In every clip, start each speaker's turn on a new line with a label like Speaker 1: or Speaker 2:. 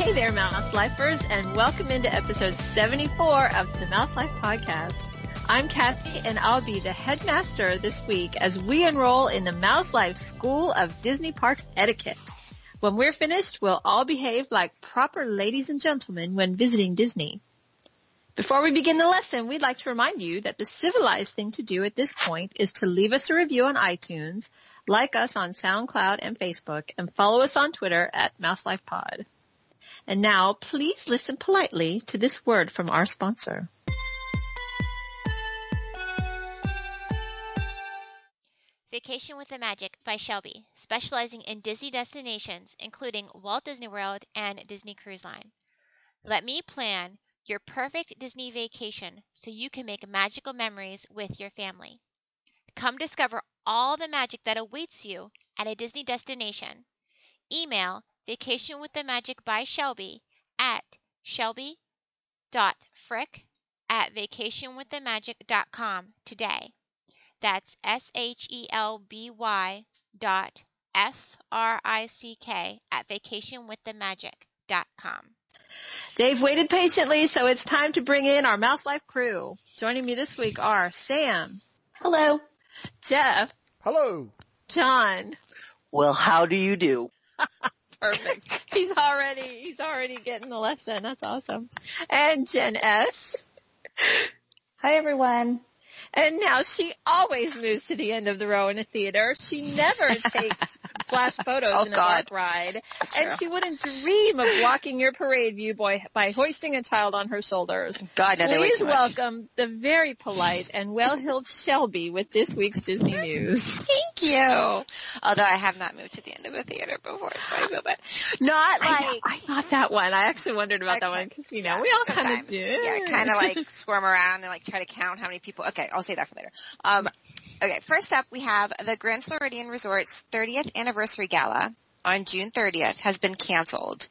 Speaker 1: Hey there, Mouse Lifers, and welcome into episode 74 of the Mouse Life Podcast. I'm Kathy, and I'll be the headmaster this week as we enroll in the Mouse Life School of Disney Parks Etiquette. When we're finished, we'll all behave like proper ladies and gentlemen when visiting Disney. Before we begin the lesson, we'd like to remind you that the civilized thing to do at this point is to leave us a review on iTunes, like us on SoundCloud and Facebook, and follow us on Twitter at MouseLifePod. And now, please listen politely to this word from our sponsor.
Speaker 2: Vacation with the Magic by Shelby, specializing in Disney destinations, including Walt Disney World and Disney Cruise Line. Let me plan your perfect Disney vacation so you can make magical memories with your family. Come discover all the magic that awaits you at a Disney destination. Email Vacation with the Magic by Shelby at shelby.frick at vacationwiththemagic.com today. That's S H E L B Y dot F R I C K at vacationwiththemagic.com.
Speaker 1: They've waited patiently, so it's time to bring in our Mouse Life crew. Joining me this week are Sam. Hello. Jeff.
Speaker 3: Hello.
Speaker 1: John.
Speaker 4: Well, how do you do?
Speaker 1: Perfect. he's already, he's already getting the lesson. That's awesome. And Jen S.
Speaker 5: Hi everyone.
Speaker 1: And now she always moves to the end of the row in a theater. She never takes flash photos
Speaker 4: Oh,
Speaker 1: in a
Speaker 4: God.
Speaker 1: dark ride. And she wouldn't dream of blocking your parade view boy by hoisting a child on her shoulders.
Speaker 4: God, now they wait
Speaker 1: Please
Speaker 4: too much.
Speaker 1: welcome the very polite and well-heeled Shelby with this week's Disney News.
Speaker 6: Thank you. Although I have not moved to the end of a theater before, it's probably real bad. Not
Speaker 1: I, know,
Speaker 6: like
Speaker 1: I thought that one. I actually wondered about that
Speaker 6: Okay.
Speaker 1: one because, you know, we all kind of
Speaker 6: sometimes.
Speaker 1: do.
Speaker 6: Yeah, kind of like squirm around and like try to count how many people. Okay, I'll say that for later. Um, okay, first up we have the Grand Floridian Resort's 30th anniversary gala on June 30th has been canceled.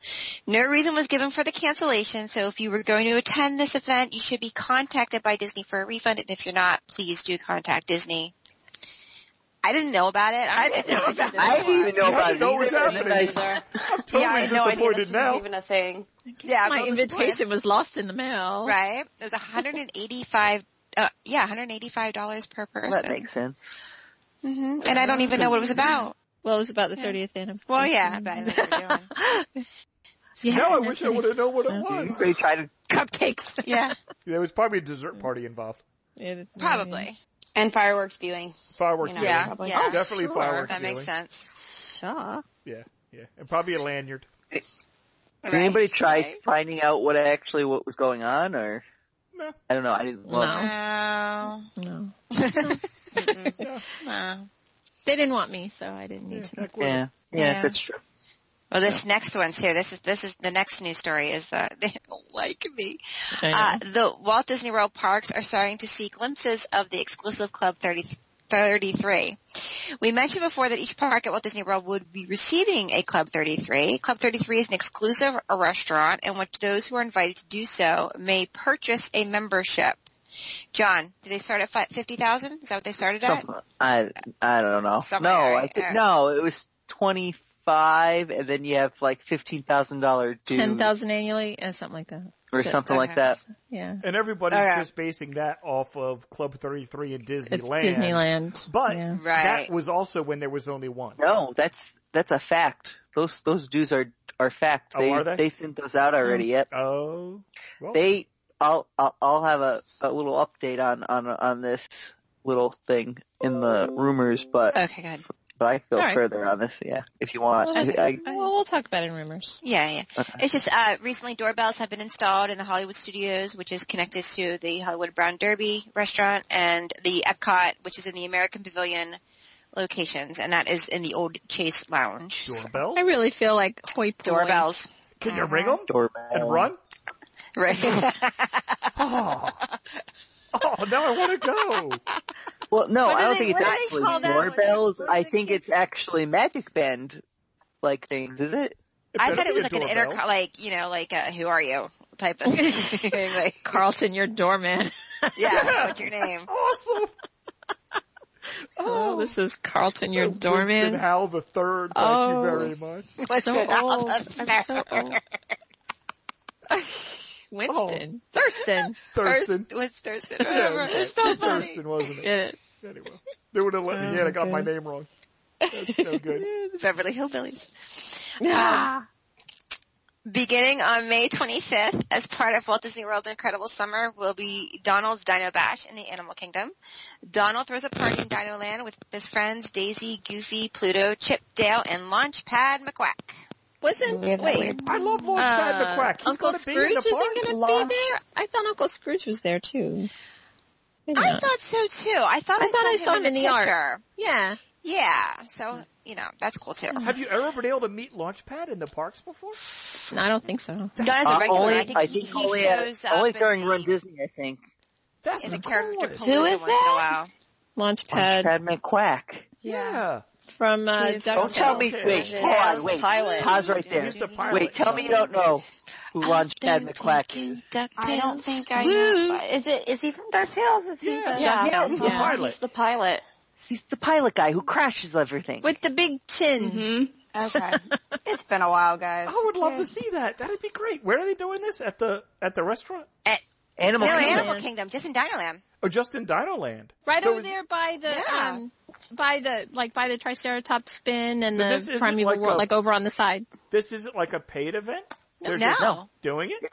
Speaker 6: No reason was given for the cancellation, so if you were going to attend this event, you should be contacted by Disney for a refund, and if you're not, please do contact Disney. I didn't know about it. I, didn't know about
Speaker 4: I didn't even know
Speaker 3: I
Speaker 4: about
Speaker 3: didn't know
Speaker 4: it
Speaker 3: what's
Speaker 4: either.
Speaker 3: happening. I'm totally
Speaker 6: Yeah, I had no idea
Speaker 3: disappointed
Speaker 5: This
Speaker 3: now.
Speaker 5: Isn't even a thing.
Speaker 6: Yeah,
Speaker 1: My
Speaker 6: what was the plan?
Speaker 1: invitation was lost in the mail.
Speaker 6: Right. It was 185 uh yeah, 185 dollars per person.
Speaker 4: That makes sense.
Speaker 6: hmm And I don't even know what it was about.
Speaker 1: Well, it was about the
Speaker 6: Yeah.
Speaker 1: 30th anniversary.
Speaker 6: Well, yeah, but I know what we're doing.
Speaker 1: Yeah,
Speaker 3: Now I
Speaker 1: that's
Speaker 3: wish I
Speaker 1: right.
Speaker 3: would have known what it
Speaker 4: You
Speaker 3: was.
Speaker 4: really try to
Speaker 1: cupcakes.
Speaker 6: Yeah,
Speaker 3: There was probably a dessert party involved.
Speaker 1: Yeah,
Speaker 6: probably.
Speaker 5: And fireworks viewing.
Speaker 3: Fireworks.
Speaker 5: You know,
Speaker 3: viewing.
Speaker 6: Yeah,
Speaker 5: probably.
Speaker 6: yeah.
Speaker 3: Definitely
Speaker 1: Sure.
Speaker 3: fireworks.
Speaker 6: That makes
Speaker 3: viewing.
Speaker 6: sense.
Speaker 1: Sure.
Speaker 3: Yeah, yeah, and probably a lanyard.
Speaker 4: Did anybody
Speaker 6: Right.
Speaker 4: try
Speaker 6: Right.
Speaker 4: finding out what actually what was going on, or
Speaker 3: No.
Speaker 4: I don't know. I didn't look.
Speaker 1: No.
Speaker 6: No.
Speaker 1: No.
Speaker 6: No.
Speaker 1: They didn't want me, so I didn't
Speaker 3: Yeah,
Speaker 1: need to.
Speaker 3: heck with it.
Speaker 4: Yeah. yeah,
Speaker 6: Yeah.
Speaker 4: that's true.
Speaker 6: Well, this next one's here. This is this is the next news story. Is that they don't like me? Uh, the Walt Disney World parks are starting to see glimpses of the exclusive Club 30, 33. We mentioned before that each park at Walt Disney World would be receiving a Club 33. Club 33 is an exclusive restaurant in which those who are invited to do so may purchase a membership. John, did they start at fi- 50,000? Is that what they started at?
Speaker 4: Some- I I don't know.
Speaker 6: Somewhere,
Speaker 4: no, I
Speaker 6: right?
Speaker 4: think
Speaker 6: Uh,
Speaker 4: no. It was twenty five, and then you have like fifteen thousand dollar due
Speaker 1: Ten thousand annually and something like that.
Speaker 4: or
Speaker 1: to-
Speaker 4: something like
Speaker 6: Okay.
Speaker 3: Uh,
Speaker 4: that.
Speaker 1: Yeah.
Speaker 3: And everybody's
Speaker 6: Okay.
Speaker 3: just basing that off of Club 33 in
Speaker 1: At
Speaker 3: Disneyland.
Speaker 1: Disneyland.
Speaker 3: But
Speaker 1: yeah.
Speaker 3: that
Speaker 6: Right.
Speaker 3: was also when there was only one.
Speaker 4: No, that's that's a fact. Those those dues are are fact.
Speaker 3: Oh, are they?
Speaker 4: sent those out already.
Speaker 6: Hmm.
Speaker 4: Yep.
Speaker 3: Oh, well,
Speaker 4: they I'll I'll, I'll have a, a little update on on on this little thing in the rumors, but
Speaker 6: Okay, good.
Speaker 4: but I can go
Speaker 1: All right.
Speaker 4: further on this. Yeah, if you want,
Speaker 1: Well,
Speaker 4: I,
Speaker 1: that's-
Speaker 4: I,
Speaker 1: well, we'll talk about it in rumors.
Speaker 6: Yeah, yeah.
Speaker 4: Okay.
Speaker 6: It's just uh, recently doorbells have been installed in the Hollywood Studios, which is connected to the Hollywood Brown Derby restaurant, and the Epcot, which is in the American Pavilion locations, and that is in the old Chase Lounge.
Speaker 3: doorbell.
Speaker 1: I really feel like hoi polloi.
Speaker 6: Doorbells,
Speaker 3: Can you ring them
Speaker 4: doorbell
Speaker 3: and run?
Speaker 6: right?
Speaker 3: Oh, oh, now I want to go.
Speaker 4: Well, no,
Speaker 1: What do
Speaker 4: I don't
Speaker 1: they-
Speaker 4: think
Speaker 1: what do
Speaker 4: it's
Speaker 1: they call
Speaker 4: actually
Speaker 1: that?
Speaker 4: doorbells.
Speaker 1: What do they-
Speaker 4: I
Speaker 1: what do
Speaker 4: think
Speaker 1: they-
Speaker 4: it's actually magic band like things. Is it?
Speaker 3: It
Speaker 6: I
Speaker 3: better
Speaker 6: thought it
Speaker 3: be
Speaker 6: was
Speaker 3: a
Speaker 6: like an
Speaker 3: doorbell.
Speaker 6: intercom, like you know, like a "Who are you?" type of thing. like,
Speaker 1: Carlton, your doorman.
Speaker 6: yeah, what's your name?
Speaker 3: Awesome.
Speaker 1: Oh, this is Carlton, your
Speaker 3: Winston
Speaker 1: doorman.
Speaker 3: Howe the third. Thank
Speaker 1: Oh.
Speaker 3: you very much.
Speaker 6: What's
Speaker 1: So
Speaker 6: your
Speaker 1: old.
Speaker 6: name?
Speaker 1: I'm so old. Winston. Thurston.
Speaker 3: Thurston.
Speaker 6: Thurs- was Thurston,
Speaker 3: Yeah,
Speaker 6: whatever.
Speaker 3: it was
Speaker 6: It's so funny.
Speaker 3: Thurston, wasn't it?
Speaker 1: Get it.
Speaker 3: Anyway, they would have let me in. I got my name wrong. That's so good.
Speaker 6: The Beverly Hillbillies.
Speaker 1: Ah.
Speaker 6: Beginning on May 25th, as part of Walt Disney World's Incredible Summer, will be Donald's Dino Bash in the Animal Kingdom. Donald throws a party in Dino Land with his friends Daisy, Goofy, Pluto, Chip, Dale, and Launchpad McQuack.
Speaker 1: Wasn't
Speaker 7: We have that
Speaker 1: wait.
Speaker 7: weird-
Speaker 3: I love Lord Pat
Speaker 1: Uh,
Speaker 3: McQuack. He's
Speaker 1: Uncle
Speaker 3: gonna be in
Speaker 1: Scrooge
Speaker 3: the
Speaker 1: isn't
Speaker 3: park.
Speaker 1: going to
Speaker 7: Lost.
Speaker 1: be there. I thought Uncle Scrooge was there too. Maybe
Speaker 6: I
Speaker 1: not.
Speaker 6: thought so too. I thought I,
Speaker 1: thought I saw
Speaker 6: him
Speaker 1: him in the yard.
Speaker 6: picture.
Speaker 1: yeah.
Speaker 6: Yeah, so you know that's cool too.
Speaker 1: Mm-hmm.
Speaker 3: Have you ever been able to meet Launchpad in the parks before?
Speaker 1: No, I don't think so.
Speaker 6: Not as a
Speaker 4: Uh,
Speaker 6: regular.
Speaker 4: only,
Speaker 6: I think, he, he
Speaker 4: only, at-
Speaker 6: shows up
Speaker 4: only
Speaker 6: in
Speaker 4: during
Speaker 6: the-
Speaker 4: Run Disney, I think.
Speaker 3: That's
Speaker 6: in a
Speaker 3: cool.
Speaker 6: character
Speaker 3: It's-
Speaker 6: palooza
Speaker 7: is
Speaker 6: once in a
Speaker 7: that?
Speaker 6: while.
Speaker 1: Launchpad
Speaker 4: Chad McQuack.
Speaker 3: Yeah.
Speaker 1: from uh,
Speaker 7: He's-
Speaker 4: Don't
Speaker 1: DuckTales.
Speaker 4: tell me. Wait,
Speaker 7: Yes.
Speaker 4: pause. Wait,
Speaker 7: Pilot.
Speaker 4: pause right there.
Speaker 3: He's the pirate.
Speaker 4: Wait, tell me you don't know who launched Chad McQuack.
Speaker 7: I don't think I
Speaker 6: Woo.
Speaker 7: know. Is it? Is he from DuckTales? Is he
Speaker 3: Yeah.
Speaker 7: the-
Speaker 1: Yeah.
Speaker 4: Yeah,
Speaker 3: He's
Speaker 4: he's,
Speaker 3: the
Speaker 1: Yeah.
Speaker 7: He's
Speaker 3: pilot.
Speaker 7: the pilot.
Speaker 4: the pilot guy who crashes everything.
Speaker 1: With the big chin.
Speaker 7: Mm-hmm. Okay. it's been a while, guys.
Speaker 6: Oh,
Speaker 3: I would love to see that. That'd be great. Where are they doing this? At the at the restaurant?
Speaker 4: Animal
Speaker 6: No,
Speaker 4: Kingdom.
Speaker 6: Animal Kingdom, just in Dinoland.
Speaker 3: Or just in Dinoland?
Speaker 1: Right
Speaker 3: So
Speaker 1: over
Speaker 3: is-
Speaker 1: there by the
Speaker 6: Yeah.
Speaker 1: um by the like by the Triceratops spin and
Speaker 3: So this
Speaker 1: the
Speaker 3: isn't
Speaker 1: primeval
Speaker 3: like
Speaker 1: world,
Speaker 3: a-
Speaker 1: like over on the side.
Speaker 3: This isn't like a paid event? They're
Speaker 6: no.
Speaker 3: just doing it?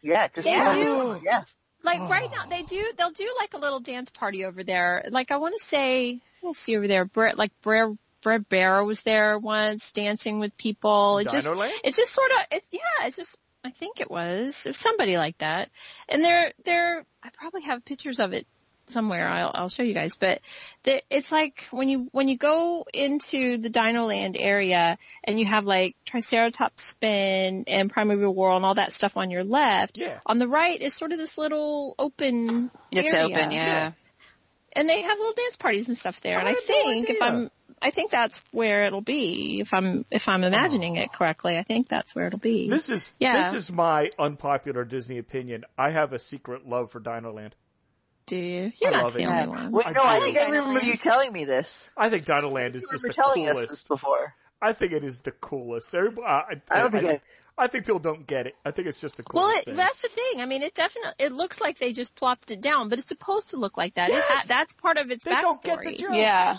Speaker 4: Yeah, just
Speaker 6: Yeah.
Speaker 4: yeah. yeah.
Speaker 1: Like
Speaker 3: Oh.
Speaker 1: right now they do they'll do like a little dance party over there. Like I wanna say let's see over there, Brett like Brer Brett Barrow was there once dancing with people. It just
Speaker 3: Dinoland?
Speaker 1: it's just sort of it's yeah, it's just I think it was. If somebody like that. And they're they're I probably have pictures of it somewhere. I'll I'll show you guys, but the, it's like when you when you go into the Dinoland area and you have like Triceratops Spin and Primeval World and all that stuff on your left.
Speaker 3: Yeah.
Speaker 1: On the right is sort of this little open
Speaker 6: It's
Speaker 1: area.
Speaker 6: open, yeah.
Speaker 1: And they have little dance parties and stuff there.
Speaker 3: I
Speaker 1: and Oh, I
Speaker 3: had no
Speaker 1: think if
Speaker 3: idea.
Speaker 1: I'm I think that's where it'll be if I'm if I'm imagining it correctly. I think that's where it'll be.
Speaker 3: This is
Speaker 1: Yeah.
Speaker 3: this is my unpopular Disney opinion. I have a secret love for Dinoland.
Speaker 1: Do you? You're not
Speaker 3: love
Speaker 1: the
Speaker 3: it.
Speaker 1: only
Speaker 3: Yeah.
Speaker 1: one.
Speaker 4: Wait,
Speaker 3: I
Speaker 4: no, I
Speaker 3: do.
Speaker 4: think I remember you telling me this.
Speaker 3: I think Dinoland is
Speaker 4: You
Speaker 3: just
Speaker 4: remember
Speaker 3: the
Speaker 4: telling us this
Speaker 3: coolest.
Speaker 4: before.
Speaker 3: I think it is the coolest. Everybody, I,
Speaker 4: I don't think I-
Speaker 3: I think people don't get it. I think it's just the coolest.
Speaker 1: Well, it,
Speaker 3: thing.
Speaker 1: that's the thing. I mean, it definitely it looks like they just plopped it down, but it's supposed to look like that. It ha-
Speaker 3: Yes.
Speaker 1: that's part of its
Speaker 3: They
Speaker 1: backstory.
Speaker 3: don't get the joke.
Speaker 7: Yeah.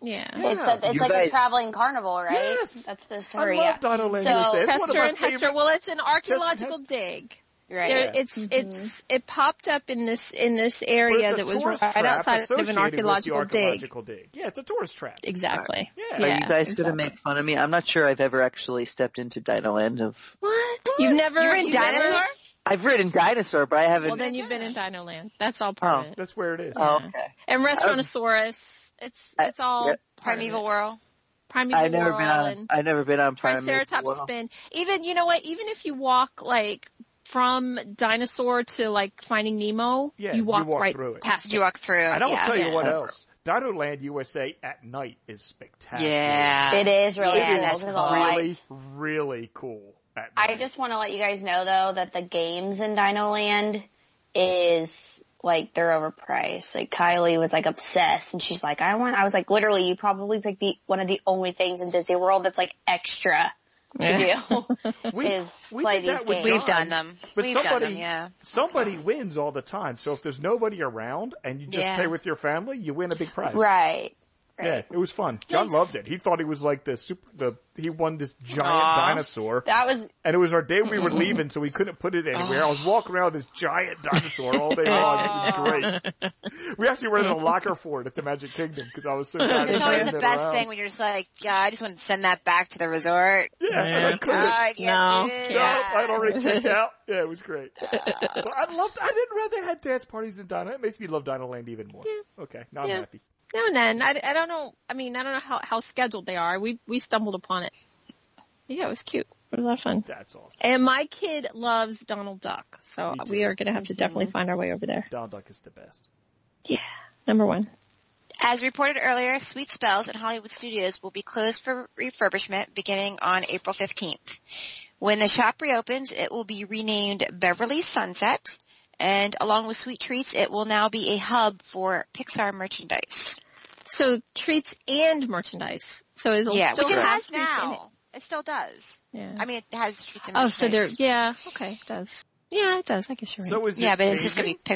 Speaker 1: Yeah.
Speaker 3: Yeah.
Speaker 7: It's a, it's
Speaker 4: You
Speaker 7: like
Speaker 4: guys-
Speaker 7: a traveling carnival, right?
Speaker 3: Yes.
Speaker 7: That's the
Speaker 3: I love
Speaker 7: story. Yeah.
Speaker 3: Dinoland.
Speaker 7: So-
Speaker 3: USA. It's one of
Speaker 1: Chester
Speaker 3: my
Speaker 1: and Hester.
Speaker 3: favorite-
Speaker 1: Well, it's an archaeological
Speaker 3: Hester-
Speaker 1: dig.
Speaker 7: Right.
Speaker 1: There, it's it's it popped up in this in this area
Speaker 3: There's a
Speaker 1: that was
Speaker 3: tourist
Speaker 1: right
Speaker 3: trap
Speaker 1: outside of
Speaker 3: associated with
Speaker 1: an
Speaker 3: the
Speaker 1: archaeological, dig.
Speaker 3: archaeological dig. Yeah, it's a tourist trap.
Speaker 1: Exactly.
Speaker 3: Yeah.
Speaker 1: Yeah.
Speaker 4: Are you guys
Speaker 1: exactly.
Speaker 4: gonna make fun of me? I'm not sure I've ever actually stepped into Dinoland of.
Speaker 1: What? You've never
Speaker 6: You're in
Speaker 1: you've never-
Speaker 6: Dinosaur.
Speaker 4: I've ridden dinosaur, but I haven't.
Speaker 1: Well, then you've been in Dinoland. That's all part
Speaker 4: Oh.
Speaker 1: of it.
Speaker 3: That's where it is.
Speaker 4: oh, okay.
Speaker 1: And
Speaker 4: I was-
Speaker 1: Restaurantosaurus. It's
Speaker 4: I-
Speaker 1: it's all
Speaker 4: yeah.
Speaker 1: part of
Speaker 6: Primeval
Speaker 1: it.
Speaker 6: World.
Speaker 1: Primeval
Speaker 4: I've never
Speaker 1: World
Speaker 4: been on.
Speaker 1: and-
Speaker 4: I've never been on Primeval
Speaker 1: Triceratops
Speaker 4: World.
Speaker 1: spin. Even you know what? Even if you walk like from dinosaur to like Finding Nemo,
Speaker 3: Yeah,
Speaker 1: you walk,
Speaker 3: you walk
Speaker 1: right
Speaker 3: through it.
Speaker 1: past
Speaker 6: You
Speaker 1: it.
Speaker 6: walk through.
Speaker 3: And I will
Speaker 6: yeah.
Speaker 3: tell you what
Speaker 4: Yeah.
Speaker 3: else. Dinoland USA at night is spectacular.
Speaker 6: Yeah.
Speaker 7: It is really
Speaker 6: Yeah,
Speaker 7: cool.
Speaker 6: that's
Speaker 7: There's a
Speaker 6: cool.
Speaker 7: lot.
Speaker 3: Really, really cool at night.
Speaker 7: I just want to let you guys know though that the games in Dinoland is like they're overpriced. Like Kylie was like obsessed and she's like, I want, I was like, literally you probably picked the, one of the only things in Disney World that's like extra to do.
Speaker 3: we,
Speaker 7: is
Speaker 3: we
Speaker 7: play
Speaker 3: did
Speaker 7: these
Speaker 3: that with
Speaker 7: games.
Speaker 6: We've
Speaker 3: John,
Speaker 6: done them.
Speaker 3: But
Speaker 6: We've
Speaker 3: somebody,
Speaker 6: done them. Yeah.
Speaker 3: somebody wins all the time. So if there's nobody around and you just
Speaker 6: Yeah.
Speaker 3: play with your family, you win a big prize.
Speaker 7: right.
Speaker 3: Yeah, it was fun. John
Speaker 1: Nice.
Speaker 3: loved it. He thought he was like the super. The he won this giant
Speaker 6: Aw.
Speaker 3: dinosaur,
Speaker 7: That was,
Speaker 3: and it was our day we were leaving, so we couldn't put it anywhere. I was walking around with this giant dinosaur all day long. It was great. We actually were in a locker for it at the Magic Kingdom because I was so tired of
Speaker 6: It's always
Speaker 3: carrying
Speaker 6: the
Speaker 3: it
Speaker 6: best
Speaker 3: around.
Speaker 6: thing when you're just like, yeah, I just want to send that back to the resort.
Speaker 3: Yeah, and I
Speaker 1: Yeah.
Speaker 3: couldn't.
Speaker 6: God, yes,
Speaker 1: No.
Speaker 6: it is.
Speaker 3: No, I'd already checked out. Yeah, it was great. But I loved. I didn't rather had dance parties than Dino. It makes me love Dino Land even more. Okay, now I'm
Speaker 1: Yeah.
Speaker 3: happy.
Speaker 1: No, and then I, I don't know. I mean, I don't know how how scheduled they are. We we stumbled upon it. Yeah, it was cute. It was a lot of fun.
Speaker 3: That's awesome.
Speaker 1: And my kid loves Donald Duck, so
Speaker 3: Me too.
Speaker 1: we are going to have to
Speaker 4: Mm-hmm.
Speaker 1: definitely find our way over there.
Speaker 3: Donald Duck is the best.
Speaker 1: Yeah, number one.
Speaker 6: As reported earlier, Sweet Spells at Hollywood Studios will be closed for refurbishment beginning on April 15th. When the shop reopens, it will be renamed Beverly Sunset, and along with Sweet Treats, it will now be a hub for Pixar merchandise.
Speaker 1: So treats and merchandise. So it'll
Speaker 6: yeah,
Speaker 1: still
Speaker 6: which it
Speaker 1: have
Speaker 6: has
Speaker 1: treats in it.
Speaker 6: now. It still does.
Speaker 1: Yeah.
Speaker 6: I mean, it has streets and
Speaker 1: oh,
Speaker 6: Rich
Speaker 1: so there.
Speaker 6: Place.
Speaker 1: Yeah. Okay. It does. Yeah, it does. I guess you're right.
Speaker 3: So is
Speaker 6: Yeah,
Speaker 3: it
Speaker 6: but it's just
Speaker 3: changing?
Speaker 6: gonna be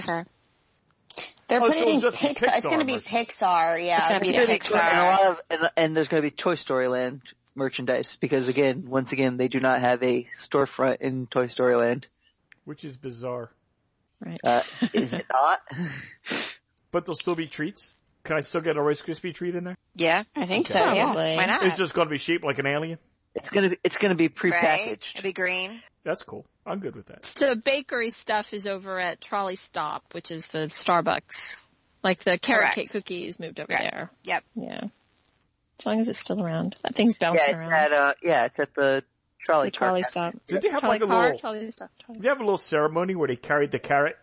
Speaker 6: Pixar.
Speaker 7: They're
Speaker 3: Oh,
Speaker 7: putting
Speaker 3: so
Speaker 7: Pixar.
Speaker 3: it'll just be
Speaker 7: It's going to
Speaker 3: Pixar
Speaker 7: be
Speaker 3: version.
Speaker 7: Pixar. Yeah.
Speaker 6: It's gonna be
Speaker 7: They're gonna
Speaker 6: Pixar.
Speaker 4: And a lot of, and, and there's going to be Toy Story Land merchandise because again, once again, they do not have a storefront in Toy Story Land.
Speaker 3: Which is bizarre.
Speaker 1: right.
Speaker 4: Uh, is it not?
Speaker 3: But there'll still be treats? Can I still get a Rice Krispie treat in there?
Speaker 6: Yeah.
Speaker 7: I think so. Yeah.
Speaker 1: Probably.
Speaker 6: Why not?
Speaker 3: It's just gonna be shaped like an alien?
Speaker 4: It's going to be, it's going to be
Speaker 6: right?
Speaker 4: prepackaged.
Speaker 6: It'll be green.
Speaker 3: That's cool. I'm good with that.
Speaker 1: So bakery stuff is over at Trolley Stop, which is the Starbucks. Like the carrot
Speaker 6: Correct.
Speaker 1: cake cookies moved over
Speaker 6: Correct.
Speaker 1: there.
Speaker 6: Yep.
Speaker 1: Yeah. As long as it's still around. That thing's
Speaker 4: Yeah,
Speaker 1: bouncing
Speaker 4: it's
Speaker 1: around.
Speaker 4: at uh, yeah, it's at the trolley
Speaker 1: The trolley
Speaker 4: car.
Speaker 1: stop.
Speaker 3: Did they have
Speaker 1: trolley
Speaker 3: like a
Speaker 1: car,
Speaker 3: little-
Speaker 1: trolley stop? Trolley.
Speaker 3: Did they have a little ceremony where they carried the carrot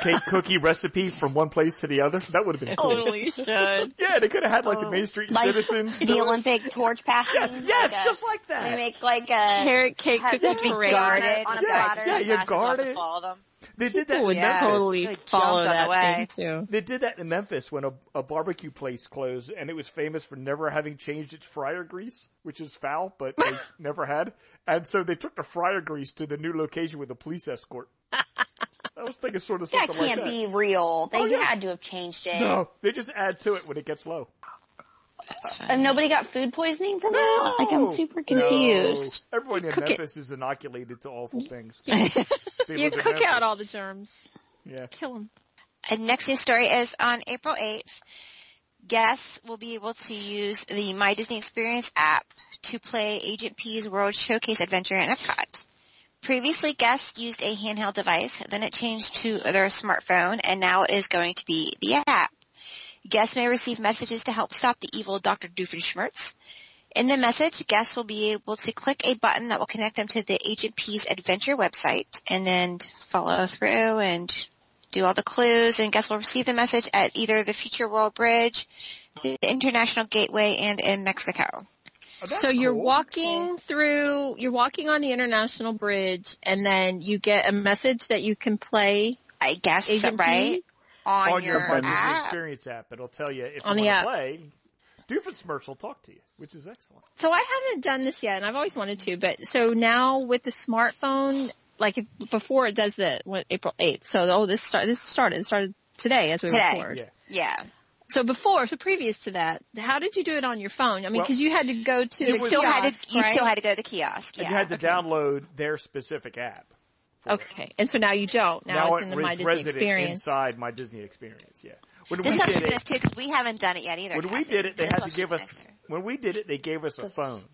Speaker 3: cake cookie recipe from one place to the other? That would have been cool.
Speaker 1: Totally should.
Speaker 3: Yeah, they could have had like
Speaker 6: Oh,
Speaker 3: the Main Street
Speaker 7: Like
Speaker 3: Citizens.
Speaker 7: the Olympic torch passing.
Speaker 3: Yes,
Speaker 7: like a-
Speaker 3: just like
Speaker 7: They
Speaker 3: that.
Speaker 7: make like a
Speaker 1: Carrot cake
Speaker 7: Have
Speaker 1: cookie
Speaker 7: that be
Speaker 1: parade.
Speaker 7: guarded. on a
Speaker 3: Yes,
Speaker 7: platter.
Speaker 3: yeah, you
Speaker 6: Glasses will have
Speaker 3: guard
Speaker 6: to
Speaker 3: it.
Speaker 6: follow them.
Speaker 3: They did that.
Speaker 1: People would
Speaker 3: in Memphis.
Speaker 1: totally
Speaker 6: Really
Speaker 1: follow
Speaker 6: jumped on
Speaker 1: that
Speaker 6: the way.
Speaker 1: thing too.
Speaker 3: They did that in Memphis when a, a barbecue place closed and it was famous for never having changed its fryer grease, which is foul, but they never had. And so they took the fryer grease to the new location with a police escort. I was thinking sort of
Speaker 7: that
Speaker 3: something like
Speaker 7: can't
Speaker 3: that.
Speaker 7: be real. They
Speaker 3: Oh, yeah.
Speaker 7: had to have changed it.
Speaker 3: No, they just add to it when it gets low.
Speaker 7: Uh, And nobody got food poisoning from that? Like I'm
Speaker 3: No.
Speaker 7: super confused.
Speaker 3: No. Everyone in
Speaker 1: Cook it.
Speaker 3: Memphis is inoculated to awful things. They
Speaker 1: You
Speaker 3: live in
Speaker 1: cook
Speaker 3: Memphis.
Speaker 1: out all the germs.
Speaker 3: Yeah.
Speaker 1: Kill them.
Speaker 6: And next news story is on April 8th, guests will be able to use the My Disney Experience app to play Agent P's World Showcase Adventure in Epcot. Previously, guests used a handheld device, then it changed to their smartphone, and now it is going to be the app. Guests may receive messages to help stop the evil Dr. Doofenshmirtz. In the message, guests will be able to click a button that will connect them to the Agent P's Adventure website, and then follow through and do all the clues, and guests will receive the message at either the Future World Bridge, the International Gateway, and in Mexico.
Speaker 3: Oh, that's
Speaker 1: So you're
Speaker 3: cool.
Speaker 1: walking through, you're walking on the international bridge and then you get a message that you can play
Speaker 6: I guess,
Speaker 1: Agent
Speaker 6: right?
Speaker 1: P?
Speaker 6: On,
Speaker 3: on
Speaker 6: your,
Speaker 3: your My Disney
Speaker 6: app.
Speaker 3: Experience app. It'll tell you if
Speaker 1: On
Speaker 3: you
Speaker 1: the
Speaker 3: want
Speaker 1: app.
Speaker 3: to play. Doofenshmirtz will talk to you, which is excellent.
Speaker 1: So I haven't done this yet and I've always wanted to, but so now with the smartphone, like if, before it does the, what, April 8th. So oh, this start, this started, it started today as we
Speaker 6: Today.
Speaker 1: record.
Speaker 3: Yeah.
Speaker 6: Yeah.
Speaker 1: So before, so previous to that, how did you do it on your phone? I mean,
Speaker 3: Well,
Speaker 1: cause you had to go to the
Speaker 6: You still
Speaker 1: kiosk,
Speaker 6: had to, you
Speaker 1: right?
Speaker 6: still had to go to the kiosk. Yeah.
Speaker 3: And you had to download their specific app. for it.
Speaker 1: Okay. And so now you don't. Now, it's in the
Speaker 3: it
Speaker 1: My
Speaker 3: is
Speaker 1: Disney
Speaker 3: resident
Speaker 1: experience.
Speaker 3: inside My Disney Experience. Yeah. When
Speaker 6: this
Speaker 3: we
Speaker 6: helps
Speaker 3: did
Speaker 6: us
Speaker 3: it,
Speaker 6: too, because we haven't done it yet either.
Speaker 3: when we
Speaker 6: Kathy.
Speaker 3: did it, they
Speaker 6: This
Speaker 3: had to
Speaker 6: helps
Speaker 3: give
Speaker 6: us
Speaker 3: us.
Speaker 6: next year.
Speaker 3: When we did it, they gave us a phone.
Speaker 1: mm-hmm.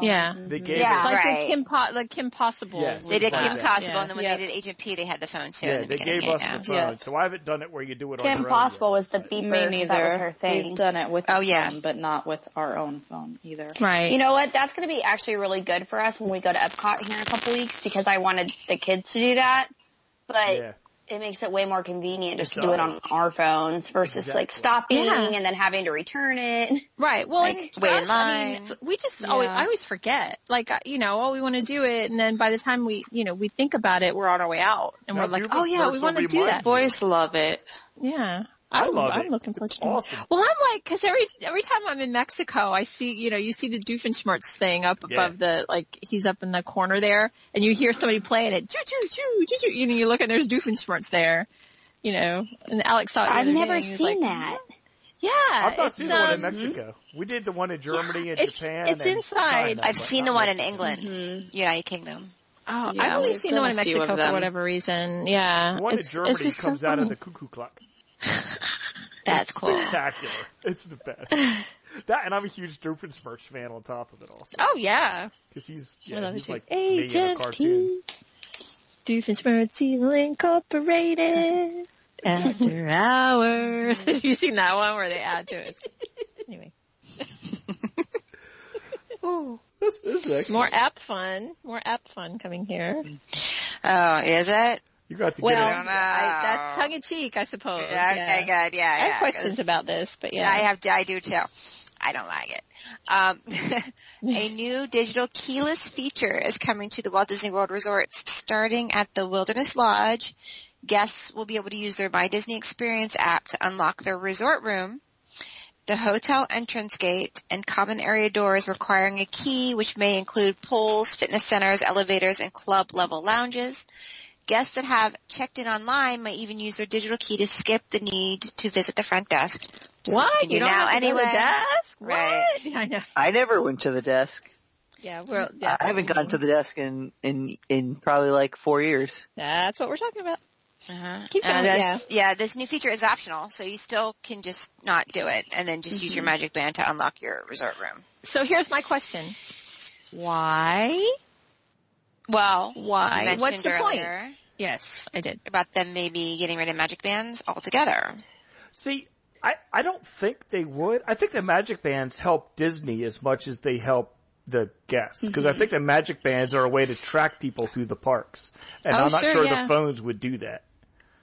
Speaker 1: Yeah.
Speaker 3: They gave
Speaker 7: Yeah.
Speaker 3: us.
Speaker 1: Like
Speaker 6: Right.
Speaker 1: the Kim, po- like Kim Possible.
Speaker 3: Yes.
Speaker 1: was
Speaker 6: They did
Speaker 1: that.
Speaker 6: Kim Possible,
Speaker 1: Yeah.
Speaker 6: and then when
Speaker 1: Yeah.
Speaker 6: they did Agent P, they had the phone too. in
Speaker 3: Yeah,
Speaker 6: the
Speaker 3: they
Speaker 6: beginning,
Speaker 3: gave us
Speaker 6: yeah.
Speaker 3: the phone,
Speaker 8: Yeah.
Speaker 3: so I haven't done it where you do it on
Speaker 7: Kim
Speaker 3: your own.
Speaker 7: Possible was the beeper.
Speaker 8: Me
Speaker 7: 'cause
Speaker 8: neither.
Speaker 7: That was her thing.
Speaker 8: We've done it with
Speaker 6: Oh,
Speaker 8: the
Speaker 6: yeah.
Speaker 8: phone, but not with our own phone either.
Speaker 1: Right.
Speaker 7: You know what? That's going to be actually really good for us when we go to Epcot here in a couple weeks because I wanted the kids to do that. But
Speaker 3: Yeah.
Speaker 7: it makes it way more convenient just
Speaker 3: It
Speaker 7: to do it on
Speaker 3: does.
Speaker 7: our phones versus like
Speaker 3: Exactly.
Speaker 7: stopping
Speaker 1: Yeah.
Speaker 7: and then having to return it.
Speaker 1: right. Well,
Speaker 7: Like,
Speaker 1: and for
Speaker 6: wait in
Speaker 1: us, I mean,
Speaker 6: line.
Speaker 1: it's- we just always,
Speaker 8: Yeah.
Speaker 1: I always forget. Like, I- you know, oh, we want to do it. And then by the time we, you know, we think about it, we're on our way out and
Speaker 3: Now,
Speaker 1: we're like,
Speaker 3: Google
Speaker 1: oh yeah, we
Speaker 3: Earth
Speaker 1: want to
Speaker 3: will
Speaker 1: do
Speaker 3: remind
Speaker 1: that.
Speaker 3: you.
Speaker 8: Boys love it.
Speaker 1: Yeah.
Speaker 3: I
Speaker 1: I'm,
Speaker 3: love
Speaker 1: I'm
Speaker 3: it.
Speaker 1: looking forward
Speaker 3: It's
Speaker 1: to doing it.
Speaker 3: awesome.
Speaker 1: Well, I'm like, cause every, every time I'm in Mexico, I see, you know, you see the Doofenshmirtz thing up
Speaker 3: Yeah.
Speaker 1: above the, like, he's up in the corner there and you hear somebody playing it, choo choo choo choo choo, you know, you look and there's Doofenshmirtz there, you know, and Alex saw it. the
Speaker 7: I've
Speaker 1: other day,
Speaker 7: never
Speaker 1: and he was like,
Speaker 7: seen that.
Speaker 1: Yeah.
Speaker 3: I've not
Speaker 1: it's,
Speaker 3: seen the one in
Speaker 1: um,
Speaker 3: Mexico. We did the one in Germany and
Speaker 1: it's-
Speaker 3: Japan.
Speaker 1: it's
Speaker 3: and
Speaker 1: inside.
Speaker 3: China,
Speaker 6: I've
Speaker 3: but
Speaker 6: seen
Speaker 3: not
Speaker 6: the one in
Speaker 3: Mexico.
Speaker 6: England,
Speaker 8: Mhm.
Speaker 6: United Kingdom.
Speaker 1: Oh,
Speaker 8: Yeah,
Speaker 1: I've only
Speaker 8: we've
Speaker 1: seen the
Speaker 8: done
Speaker 1: one
Speaker 8: a
Speaker 1: in
Speaker 8: few of
Speaker 1: Mexico for
Speaker 8: them.
Speaker 1: whatever reason. Yeah.
Speaker 3: The one in
Speaker 1: it's,
Speaker 3: Germany
Speaker 1: it's just so
Speaker 3: comes out of
Speaker 1: funny.
Speaker 3: the cuckoo clock.
Speaker 6: That's cool.
Speaker 3: Spectacular. It's the best. That and I'm a huge Doofenshmirtz fan on top of it also.
Speaker 1: Oh yeah.
Speaker 3: Because he's
Speaker 1: I
Speaker 3: yeah,
Speaker 1: love
Speaker 3: he's
Speaker 1: it.
Speaker 3: like me in a cartoon.
Speaker 1: Doofenshmirtz Evil Incorporated. After hours. Have you seen that one where they add to it? Anyway.
Speaker 3: This, this is excellent.
Speaker 1: More app fun. More app fun coming here.
Speaker 6: Oh, is it?
Speaker 3: You got to get
Speaker 1: Well,
Speaker 3: it.
Speaker 6: don't know.
Speaker 1: Oh, I, that's tongue in cheek, I suppose.
Speaker 6: Oh. Yeah, okay,
Speaker 1: yeah.
Speaker 6: good.
Speaker 1: I
Speaker 6: Yeah, yeah,
Speaker 1: have
Speaker 6: 'cause
Speaker 1: questions about this, but yeah.
Speaker 6: I have, I do too. I don't like it. Um, a new digital keyless feature is coming to the Walt Disney World resorts starting at the Wilderness Lodge. Guests will be able to use their My Disney Experience app to unlock their resort room
Speaker 2: The hotel entrance gate and common area doors requiring a key which may include pools, fitness centers, elevators, and club level lounges. Guests that have checked in online may even use their digital key to skip the need to visit the front desk. which is
Speaker 1: What?
Speaker 2: can do
Speaker 1: You don't
Speaker 2: now
Speaker 1: have to go to
Speaker 2: anyway.
Speaker 1: the desk?
Speaker 2: Right.
Speaker 1: What? I know.
Speaker 4: I never went to the desk.
Speaker 1: Yeah, well, yeah,
Speaker 4: I haven't gone to the desk in, in, in probably like four years.
Speaker 1: That's what we're talking about.
Speaker 2: Uh-huh.
Speaker 1: Keep
Speaker 2: Uh,
Speaker 1: going,
Speaker 2: this- yeah. this new feature is optional, so you still can just not do it and then just use your magic band to unlock your resort room.
Speaker 1: So here's my question. Why?
Speaker 2: Well, you
Speaker 1: Why?
Speaker 2: mentioned
Speaker 1: What's the point?
Speaker 2: earlier
Speaker 1: Yes, I did.
Speaker 2: About them maybe getting rid of magic bands altogether.
Speaker 3: See, I, I don't think they would. I think the magic bands help Disney as much as they help the guests. Because
Speaker 1: Mm-hmm.
Speaker 3: I think the magic bands are a way to track people through the parks. And
Speaker 1: Oh,
Speaker 3: I'm not
Speaker 1: sure,
Speaker 3: sure,
Speaker 1: yeah.
Speaker 3: the phones would do that.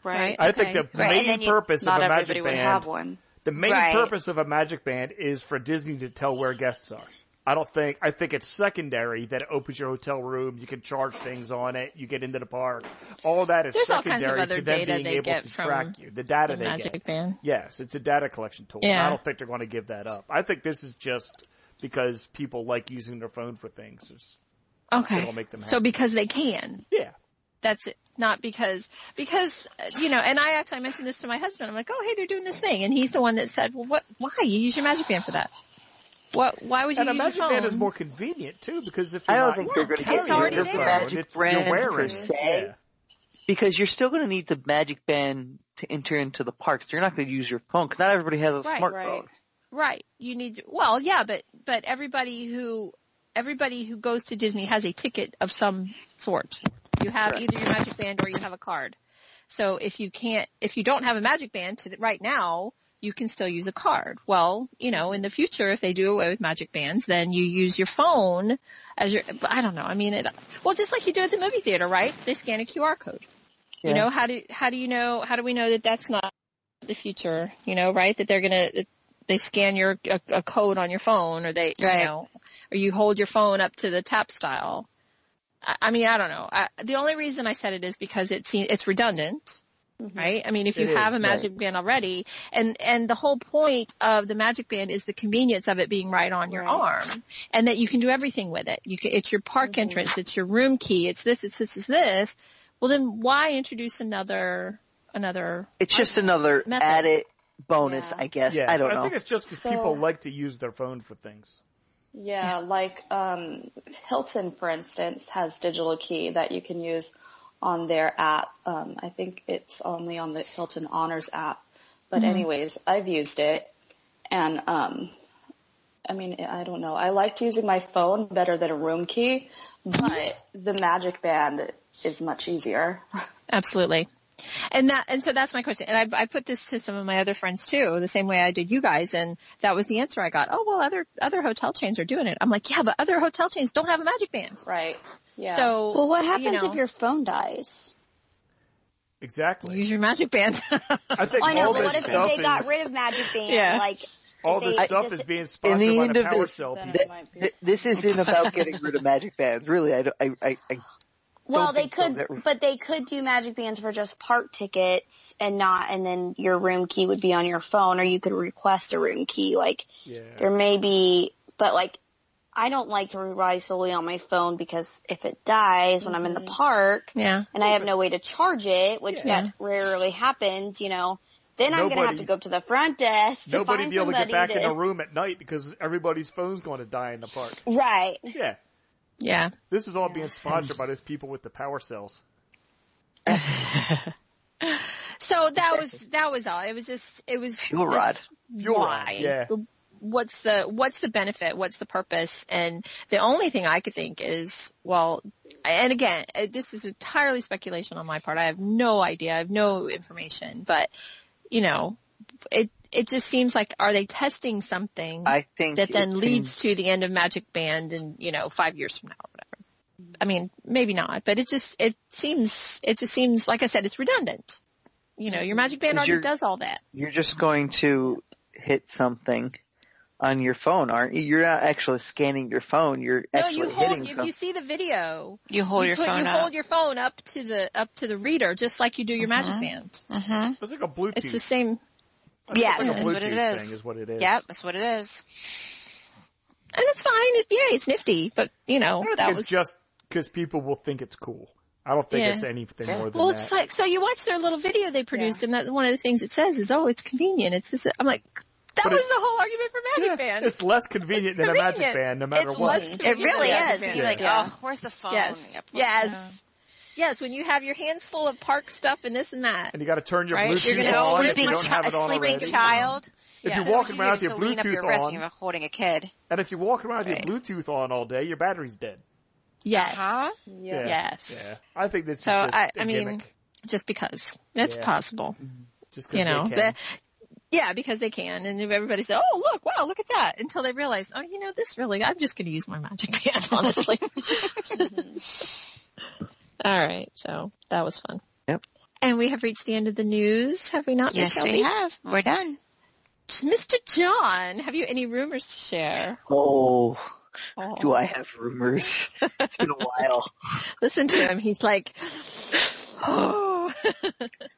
Speaker 1: Right.
Speaker 3: I
Speaker 1: okay.
Speaker 3: think the
Speaker 2: Right, and
Speaker 3: main
Speaker 2: then you-
Speaker 3: purpose of
Speaker 8: Not
Speaker 3: a
Speaker 8: everybody
Speaker 3: magic
Speaker 8: would have
Speaker 3: band,
Speaker 8: one.
Speaker 3: the main
Speaker 2: Right.
Speaker 3: purpose of a magic band is for Disney to tell where guests are. I don't think, I think it's secondary that it opens your hotel room, you can charge things on it, you get into the park. All that is
Speaker 1: There's all kinds of
Speaker 3: secondary
Speaker 1: other
Speaker 3: to them
Speaker 1: data
Speaker 3: being
Speaker 1: they
Speaker 3: able
Speaker 1: get
Speaker 3: to
Speaker 1: from
Speaker 3: track you. The data
Speaker 1: the
Speaker 3: they
Speaker 1: magic
Speaker 3: get.
Speaker 1: band.
Speaker 3: Yes, it's a data collection tool. And
Speaker 1: Yeah.
Speaker 3: I don't think they're going to give that up. I think this is just because people like using their phone for things. It's-
Speaker 1: Okay.
Speaker 3: It'll make them
Speaker 1: So
Speaker 3: happy.
Speaker 1: because they can.
Speaker 3: yeah.
Speaker 1: That's it. Not because, because, uh, you know, and I actually I mentioned this to my husband. I'm like, oh, hey, they're doing this thing. And he's the one that said, well, what, why? You use your magic band for that. What, why would you
Speaker 3: And a
Speaker 1: use your
Speaker 3: magic
Speaker 1: phone?
Speaker 3: band is more convenient too because if
Speaker 4: I
Speaker 3: you're
Speaker 4: don't
Speaker 3: not
Speaker 4: think they're going to
Speaker 1: it's
Speaker 4: get rid
Speaker 1: already
Speaker 4: of the
Speaker 1: there.
Speaker 4: magic
Speaker 3: it's,
Speaker 4: brand
Speaker 3: you're wearing
Speaker 4: per
Speaker 3: it.
Speaker 4: se.
Speaker 3: Yeah.
Speaker 4: because you're still going to need the magic band to enter into the parks. You're not going to use your phone 'cause not everybody has a
Speaker 1: Right,
Speaker 4: smartphone.
Speaker 8: Right.
Speaker 1: Right. You need well, yeah, but but everybody who everybody who goes to Disney has a ticket of some sort. You have either your magic band or you have a card. So if you can't if you don't have a magic band to, right now, you can still use a card. Well, you know, in the future if they do away with magic bands, then you use your phone as your but I don't know. I mean it well just like you do at the movie theater, right? They scan a QR code. You
Speaker 4: Yeah.
Speaker 1: know, how do how do you know how do we know that that's not the future, you know, right? That they're gonna, they scan your, a, a code on your phone or they,
Speaker 2: Right.
Speaker 1: you know, or you hold your phone up to the tap style. I, I mean, I don't know. I, the only reason I said it is because it seems, it's redundant, right? I mean, if you
Speaker 3: It
Speaker 1: have
Speaker 3: is,
Speaker 1: a magic band already and, and the whole point of the magic band is the convenience of it being right on your
Speaker 8: Right.
Speaker 1: arm and that you can do everything with it. You can, it's your park entrance, it's your room key, it's this, it's this, it's this. Well then why introduce another, another
Speaker 4: It's just another
Speaker 1: Method.
Speaker 4: added bonus,
Speaker 8: Yeah.
Speaker 4: I guess.
Speaker 3: Yes,
Speaker 4: I don't
Speaker 3: I think
Speaker 4: know.
Speaker 3: it's just 'cause
Speaker 8: So-
Speaker 3: people like to use their phone for things.
Speaker 8: Yeah, like um, Hilton, for instance, has digital key that you can use on their app. Um, I think it's only on the Hilton Honors app, but anyways, I've used it, and um, I mean, I don't know. I liked using my phone better than a room key, but the Magic Band is much easier.
Speaker 1: Absolutely. And that, and so that's my question. And I, I put this to some of my other friends too, the same way I did you guys. And that was the answer I got. Oh, well, other, other hotel chains are doing it. I'm like, yeah, but other hotel chains don't have a magic band.
Speaker 8: right? Yeah.
Speaker 1: So.
Speaker 7: Well, what
Speaker 1: you
Speaker 7: happens
Speaker 1: know,
Speaker 7: if your phone dies?
Speaker 3: Exactly.
Speaker 1: Use your magic band.
Speaker 3: I think
Speaker 7: I know,
Speaker 3: all
Speaker 7: but
Speaker 3: this
Speaker 7: what if
Speaker 3: stuff
Speaker 7: they
Speaker 3: is,
Speaker 7: got rid of Magic Band?
Speaker 1: Yeah.
Speaker 7: Like,
Speaker 3: all
Speaker 7: they
Speaker 3: this stuff
Speaker 7: just-
Speaker 3: is being
Speaker 4: In
Speaker 3: sponsored
Speaker 4: the
Speaker 3: by
Speaker 4: end
Speaker 3: the
Speaker 4: of
Speaker 3: power
Speaker 4: this,
Speaker 3: cell
Speaker 8: Then
Speaker 3: people.
Speaker 8: it might be.
Speaker 4: th- this isn't about getting rid of magic bands, really. I don't. I, I, I
Speaker 7: well,
Speaker 4: don't
Speaker 7: they
Speaker 4: think so.
Speaker 7: could,
Speaker 4: That-
Speaker 7: but they could do Magic Bands for just park tickets and not, and then your room key would be on your phone, or you could request a room key. Like,
Speaker 3: Yeah.
Speaker 7: there may be, but like, I don't like to rely solely on my phone because if it dies when I'm in the park
Speaker 1: yeah.
Speaker 7: and I have no way to charge it, which
Speaker 1: Mm-hmm. Yeah.
Speaker 7: that rarely happens, you know, then I'm gonna have
Speaker 3: Nobody-
Speaker 7: to go up to the front desk to
Speaker 3: Nobody
Speaker 7: find
Speaker 3: be able to get
Speaker 7: somebody
Speaker 3: back
Speaker 7: to,
Speaker 3: in a room at night because everybody's phone's going to die in the park.
Speaker 7: right.
Speaker 3: Yeah.
Speaker 1: Yeah.
Speaker 3: This is all being sponsored by those people with the power cells.
Speaker 1: So that was, that was all. It was just, it was.
Speaker 4: Fuel
Speaker 1: this
Speaker 4: rod.
Speaker 3: Fuel rod,
Speaker 1: why?
Speaker 3: yeah.
Speaker 1: The- What's the, what's the benefit? What's the purpose? And the only thing I could think is, well, and again, uh, this is entirely speculation on my part. I have no idea. I have no information, but you know, it, it just seems like are they testing something
Speaker 4: I think
Speaker 1: that
Speaker 4: it
Speaker 1: then
Speaker 4: can-
Speaker 1: leads to the end of Magic Band in, you know, five years from now or whatever. I mean, maybe not, but it just, it seems, it just seems, like I said, it's redundant. You know, your Magic Band
Speaker 4: Did
Speaker 1: already
Speaker 4: your-
Speaker 1: does all that.
Speaker 4: You're just going to hit something on your phone, aren't you? You're not actually scanning your phone. You're
Speaker 1: No,
Speaker 4: actually
Speaker 1: you
Speaker 4: hitting
Speaker 1: hold, if you
Speaker 4: something.
Speaker 1: see the video,
Speaker 2: You hold
Speaker 1: you
Speaker 2: your
Speaker 1: put-
Speaker 2: phone
Speaker 1: you
Speaker 2: up.
Speaker 1: hold your phone up
Speaker 3: Mm-hmm.
Speaker 2: Mm-hmm.
Speaker 1: to the, up to the reader, just like you do your Magic Band.
Speaker 3: It's like a Bluetooth.
Speaker 1: It's the same.
Speaker 3: It's like a
Speaker 6: Yes, that's what it
Speaker 3: Bluetooth
Speaker 6: is.
Speaker 3: thing is what it is.
Speaker 6: Yep, that's what it is.
Speaker 1: And it's fine. It, yeah, it's nifty, but you know,
Speaker 3: I don't think
Speaker 1: that
Speaker 3: it's
Speaker 1: was
Speaker 3: just because people will think it's cool. I don't think
Speaker 1: Yeah.
Speaker 3: it's anything more than
Speaker 1: Well,
Speaker 3: that.
Speaker 1: it's like so you watch their little video they produced, and that one of the things it says is, "Oh, it's convenient." It's this. I'm like, that
Speaker 3: But
Speaker 1: was
Speaker 3: it-
Speaker 1: the whole argument for Magic
Speaker 3: Yeah,
Speaker 1: Band.
Speaker 3: It's less convenient than a magic
Speaker 1: convenient.
Speaker 3: band, no matter
Speaker 1: It's
Speaker 3: what.
Speaker 1: less
Speaker 6: It
Speaker 1: convenient
Speaker 6: really
Speaker 1: than a Magic
Speaker 6: is.
Speaker 1: Band.
Speaker 6: You're like,
Speaker 8: Yeah.
Speaker 6: oh, where's the phone?
Speaker 1: Yes.
Speaker 6: Yep.
Speaker 1: Yes. Yes. When you have your hands full of park stuff and this and that.
Speaker 3: and you got to turn your
Speaker 1: Right?
Speaker 3: Bluetooth
Speaker 1: You're
Speaker 6: You're
Speaker 1: gonna
Speaker 6: gonna
Speaker 3: on if
Speaker 6: sleeping
Speaker 3: you don't
Speaker 6: chi-
Speaker 3: have it
Speaker 6: a
Speaker 3: on
Speaker 6: sleeping
Speaker 3: already.
Speaker 6: child.
Speaker 3: If
Speaker 1: Yeah.
Speaker 3: you're
Speaker 1: It's
Speaker 3: walking around with your
Speaker 6: to lean up your
Speaker 3: Bluetooth
Speaker 6: wrist
Speaker 3: on,
Speaker 6: and you're holding a kid.
Speaker 3: and if you're walking around with
Speaker 6: Right.
Speaker 3: your Bluetooth on all day, your battery's dead.
Speaker 1: Yes.
Speaker 6: Huh?
Speaker 8: Yeah.
Speaker 1: Yes.
Speaker 3: Uh-huh. Yeah. I think this
Speaker 1: So
Speaker 3: is just
Speaker 1: I-
Speaker 3: a
Speaker 1: I mean,
Speaker 3: gimmick.
Speaker 1: Just because it's
Speaker 3: Yeah.
Speaker 1: possible,
Speaker 3: Just 'cause
Speaker 1: you
Speaker 3: they
Speaker 1: know.
Speaker 3: can.
Speaker 1: That- yeah, because they can, and everybody said, "Oh, look! Wow, look at that!" Until they realize, "Oh, you know, this really, I'm just going to use my Magic Band, honestly." All right, so that was fun.
Speaker 4: Yep.
Speaker 1: And we have reached the end of the news, have we not? Miss
Speaker 6: Yes, we
Speaker 1: Shelby?
Speaker 6: have. We're done.
Speaker 1: Mr. John, have you any rumors to share?
Speaker 4: Oh,
Speaker 1: Oh,
Speaker 4: do I have rumors? It's been a while.
Speaker 1: Listen to him. He's like, oh.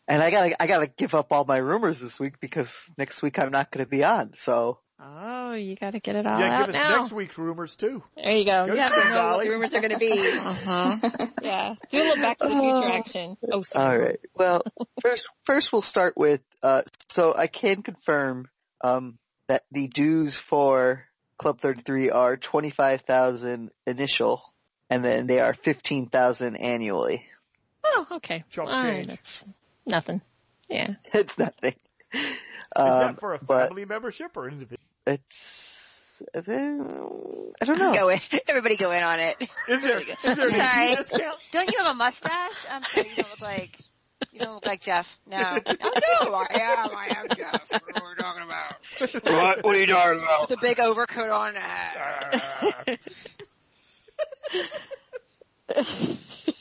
Speaker 4: And I gotta, I gotta give up all my rumors this week because next week I'm not gonna be on. So
Speaker 1: oh, you got to get it all
Speaker 3: yeah,
Speaker 1: out
Speaker 3: give us
Speaker 1: now.
Speaker 3: next week's rumors too.
Speaker 1: There you go.
Speaker 3: Go
Speaker 1: you have
Speaker 3: Steve
Speaker 1: to know what
Speaker 3: Dolly.
Speaker 1: the rumors are going to be.
Speaker 6: Mm-hmm.
Speaker 1: Yeah. Do a little back to the future
Speaker 4: Oh.
Speaker 1: action. Oh, sorry.
Speaker 4: all right. Well, first, first we'll start with. Uh, so I can confirm um, that the dues for Club 33 are 25,000 initial, and then they are 15,000 annually.
Speaker 1: Oh, okay.
Speaker 3: Chump
Speaker 1: all right.
Speaker 3: change.
Speaker 1: That's nothing. Yeah.
Speaker 4: It's nothing.
Speaker 3: Is
Speaker 4: Um,
Speaker 3: that for a
Speaker 4: but
Speaker 3: family membership or individual?
Speaker 4: it's. I think- I don't know.
Speaker 6: Go in. Everybody go in on it.
Speaker 3: Is there, is there an E
Speaker 6: Sorry.
Speaker 3: EP discount?
Speaker 6: Don't you have a mustache? I'm sorry, you don't look like you don't look like Jeff. No. Oh no, I am. I am Jeff. What are we talking about?
Speaker 9: What? What are you talking about?
Speaker 6: With a big overcoat on and a hat.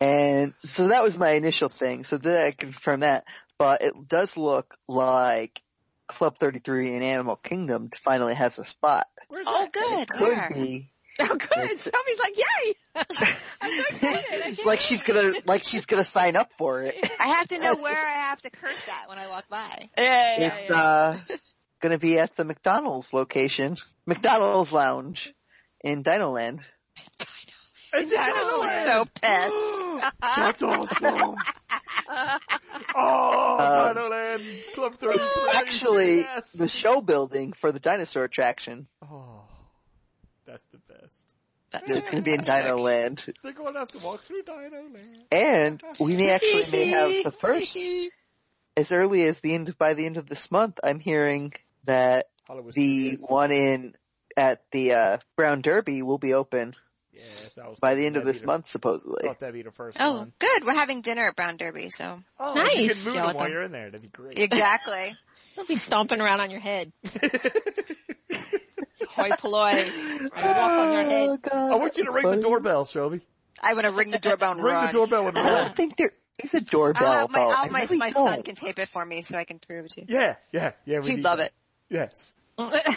Speaker 4: And so that was my initial thing. So then I confirmed that. But it does look like Club 33 in Animal Kingdom finally has a spot.
Speaker 6: Oh, good.
Speaker 4: Could
Speaker 6: Where?
Speaker 4: be.
Speaker 1: Oh, good. Shelby's like, yay! I'm so excited. I can't
Speaker 4: like she's gonna, like she's gonna sign up for it.
Speaker 6: I have to know where I have to curse at when I walk by.
Speaker 1: Yeah, yeah,
Speaker 4: It's,
Speaker 1: yeah.
Speaker 4: uh, gonna be at the McDonald's location, McDonald's Lounge in Dinoland.
Speaker 3: It's
Speaker 1: Dino
Speaker 3: Dino
Speaker 1: is
Speaker 6: So pissed.
Speaker 3: That's awesome. oh,
Speaker 4: Um,
Speaker 3: Dinoland Club
Speaker 1: Oh,
Speaker 3: 33.
Speaker 4: Actually,
Speaker 3: yes.
Speaker 4: the show building for the dinosaur attraction
Speaker 3: Oh, that's the best.
Speaker 4: is
Speaker 6: That's
Speaker 4: gonna be in
Speaker 6: fantastic.
Speaker 4: Dinoland.
Speaker 3: They're going to have to walk through Dinoland.
Speaker 4: And we may actually may have the first as early as the end by the end of this month. I'm hearing that
Speaker 3: Hollywood
Speaker 4: the
Speaker 3: Studios.
Speaker 4: one in at the uh, Brown Derby will be open
Speaker 3: Yes, I was
Speaker 4: by the
Speaker 3: thinking
Speaker 4: end of
Speaker 3: that'd be
Speaker 4: this
Speaker 3: the-
Speaker 4: month, supposedly.
Speaker 3: thought that'd be the first one.
Speaker 6: Oh, good. We're having dinner at Brown Derby, so
Speaker 3: Oh,
Speaker 1: Nice.
Speaker 3: You can move
Speaker 6: Yeah,
Speaker 3: them
Speaker 6: like
Speaker 3: while
Speaker 6: a-
Speaker 3: you're in there. That'd be great.
Speaker 6: exactly.
Speaker 1: Don't be stomping around on your head. Hoi polloi. Walk on your head.
Speaker 4: Oh, God,
Speaker 3: I want you to
Speaker 4: that's
Speaker 3: ring the
Speaker 4: funny.
Speaker 3: doorbell, Shelby.
Speaker 6: I want to ring the doorbell and
Speaker 3: Ring
Speaker 6: run.
Speaker 3: the doorbell and
Speaker 4: I
Speaker 3: run.
Speaker 4: don't think there is a doorbell.
Speaker 6: I'll have Uh, my,
Speaker 4: though.
Speaker 6: I'll,
Speaker 4: I
Speaker 6: my,
Speaker 4: really
Speaker 6: my
Speaker 4: don't.
Speaker 6: son can tape it for me so I can prove it to you.
Speaker 3: Yeah, yeah, yeah. We
Speaker 6: He'd
Speaker 3: need
Speaker 6: love
Speaker 3: that.
Speaker 6: it.
Speaker 3: Yes.
Speaker 4: It's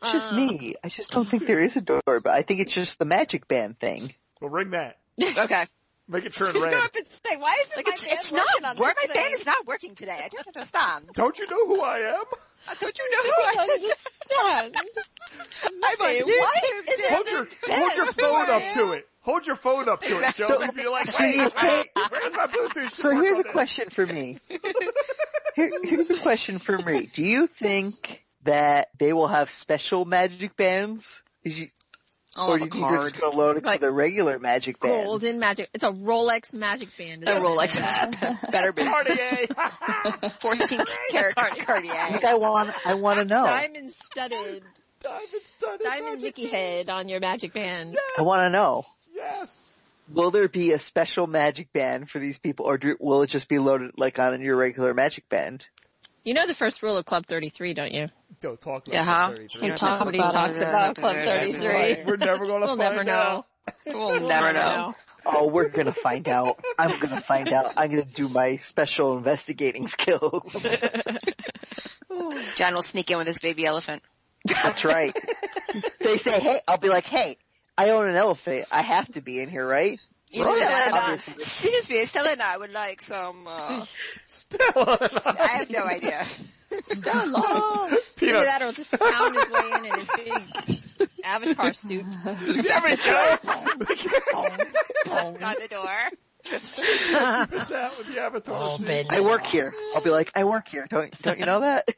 Speaker 6: uh,
Speaker 4: just me. I just don't think there is a doorbell. I think it's just the magic band thing.
Speaker 3: Well, ring that.
Speaker 6: Okay.
Speaker 3: Make it turn
Speaker 1: Just
Speaker 3: red.
Speaker 1: go up and say, why is it
Speaker 6: Like
Speaker 1: my
Speaker 6: it's,
Speaker 1: band
Speaker 6: it's
Speaker 1: working on
Speaker 6: not work.
Speaker 1: this
Speaker 6: My band
Speaker 1: thing?
Speaker 6: is not working today. I don't understand.
Speaker 3: Don't you know who I am?
Speaker 6: Uh, Don't you know who I am?
Speaker 1: Done.
Speaker 6: I'm on
Speaker 1: Why
Speaker 6: YouTube,
Speaker 1: is it-
Speaker 6: damn
Speaker 3: Hold
Speaker 6: it.
Speaker 3: your hold your phone up to it. Hold your phone up to it, Shelby. Be like,
Speaker 4: So
Speaker 3: wait,
Speaker 4: you
Speaker 3: wait, where's my Bluetooth?
Speaker 4: So here's a question for me. Here, here's a question for me. Do you think that they will have special magic bands? Is you,
Speaker 6: I'll
Speaker 4: or
Speaker 6: have a
Speaker 4: do you think they're
Speaker 6: Oh, card.
Speaker 4: just going to load it
Speaker 1: Like-
Speaker 4: to the regular magic bands?
Speaker 1: Golden magic. It's a Rolex magic band. is
Speaker 6: A
Speaker 1: what it
Speaker 6: Rolex.
Speaker 1: is.
Speaker 6: Better be.
Speaker 3: Cartier.
Speaker 6: 14 karat
Speaker 4: I think
Speaker 6: Cartier.
Speaker 4: I want, I want to know.
Speaker 1: Diamond studded.
Speaker 3: Diamond studded
Speaker 1: Diamond
Speaker 3: magic.
Speaker 1: Mickey head on your magic band.
Speaker 4: I want to know.
Speaker 3: Yes.
Speaker 4: Will there be a special magic band for these people or do, will it just be loaded like on your regular magic band?
Speaker 1: You know the first rule of Club 33, don't you?
Speaker 3: Don't talk about
Speaker 6: Yeah,
Speaker 1: Uh-huh.
Speaker 6: huh?
Speaker 3: Club 33.
Speaker 6: You know,
Speaker 10: Talk
Speaker 1: Nobody
Speaker 10: about
Speaker 1: talks
Speaker 10: it.
Speaker 1: about Club 33.
Speaker 3: We're never gonna
Speaker 1: We'll
Speaker 3: find
Speaker 1: never know.
Speaker 3: out.
Speaker 6: We'll never know.
Speaker 4: Oh, we're going to find out. I'm going to find out. I'm going to do my special investigating skills.
Speaker 6: John will sneak in with his baby elephant.
Speaker 4: That's right. they say, hey, I'll be like, hey, I own an elephant. I have to be in here, right?
Speaker 6: You know, Stella and I, excuse me, Stella and I would like some, uh, I have no idea.
Speaker 1: Stella Long. Either
Speaker 3: Peanuts.
Speaker 1: that or just pound his way in in his big avatar suit.
Speaker 3: There we go.
Speaker 6: Knock on the door.
Speaker 3: What's that with the avatar?
Speaker 4: I work here. I'll be like, I work here. Don't don't you know that?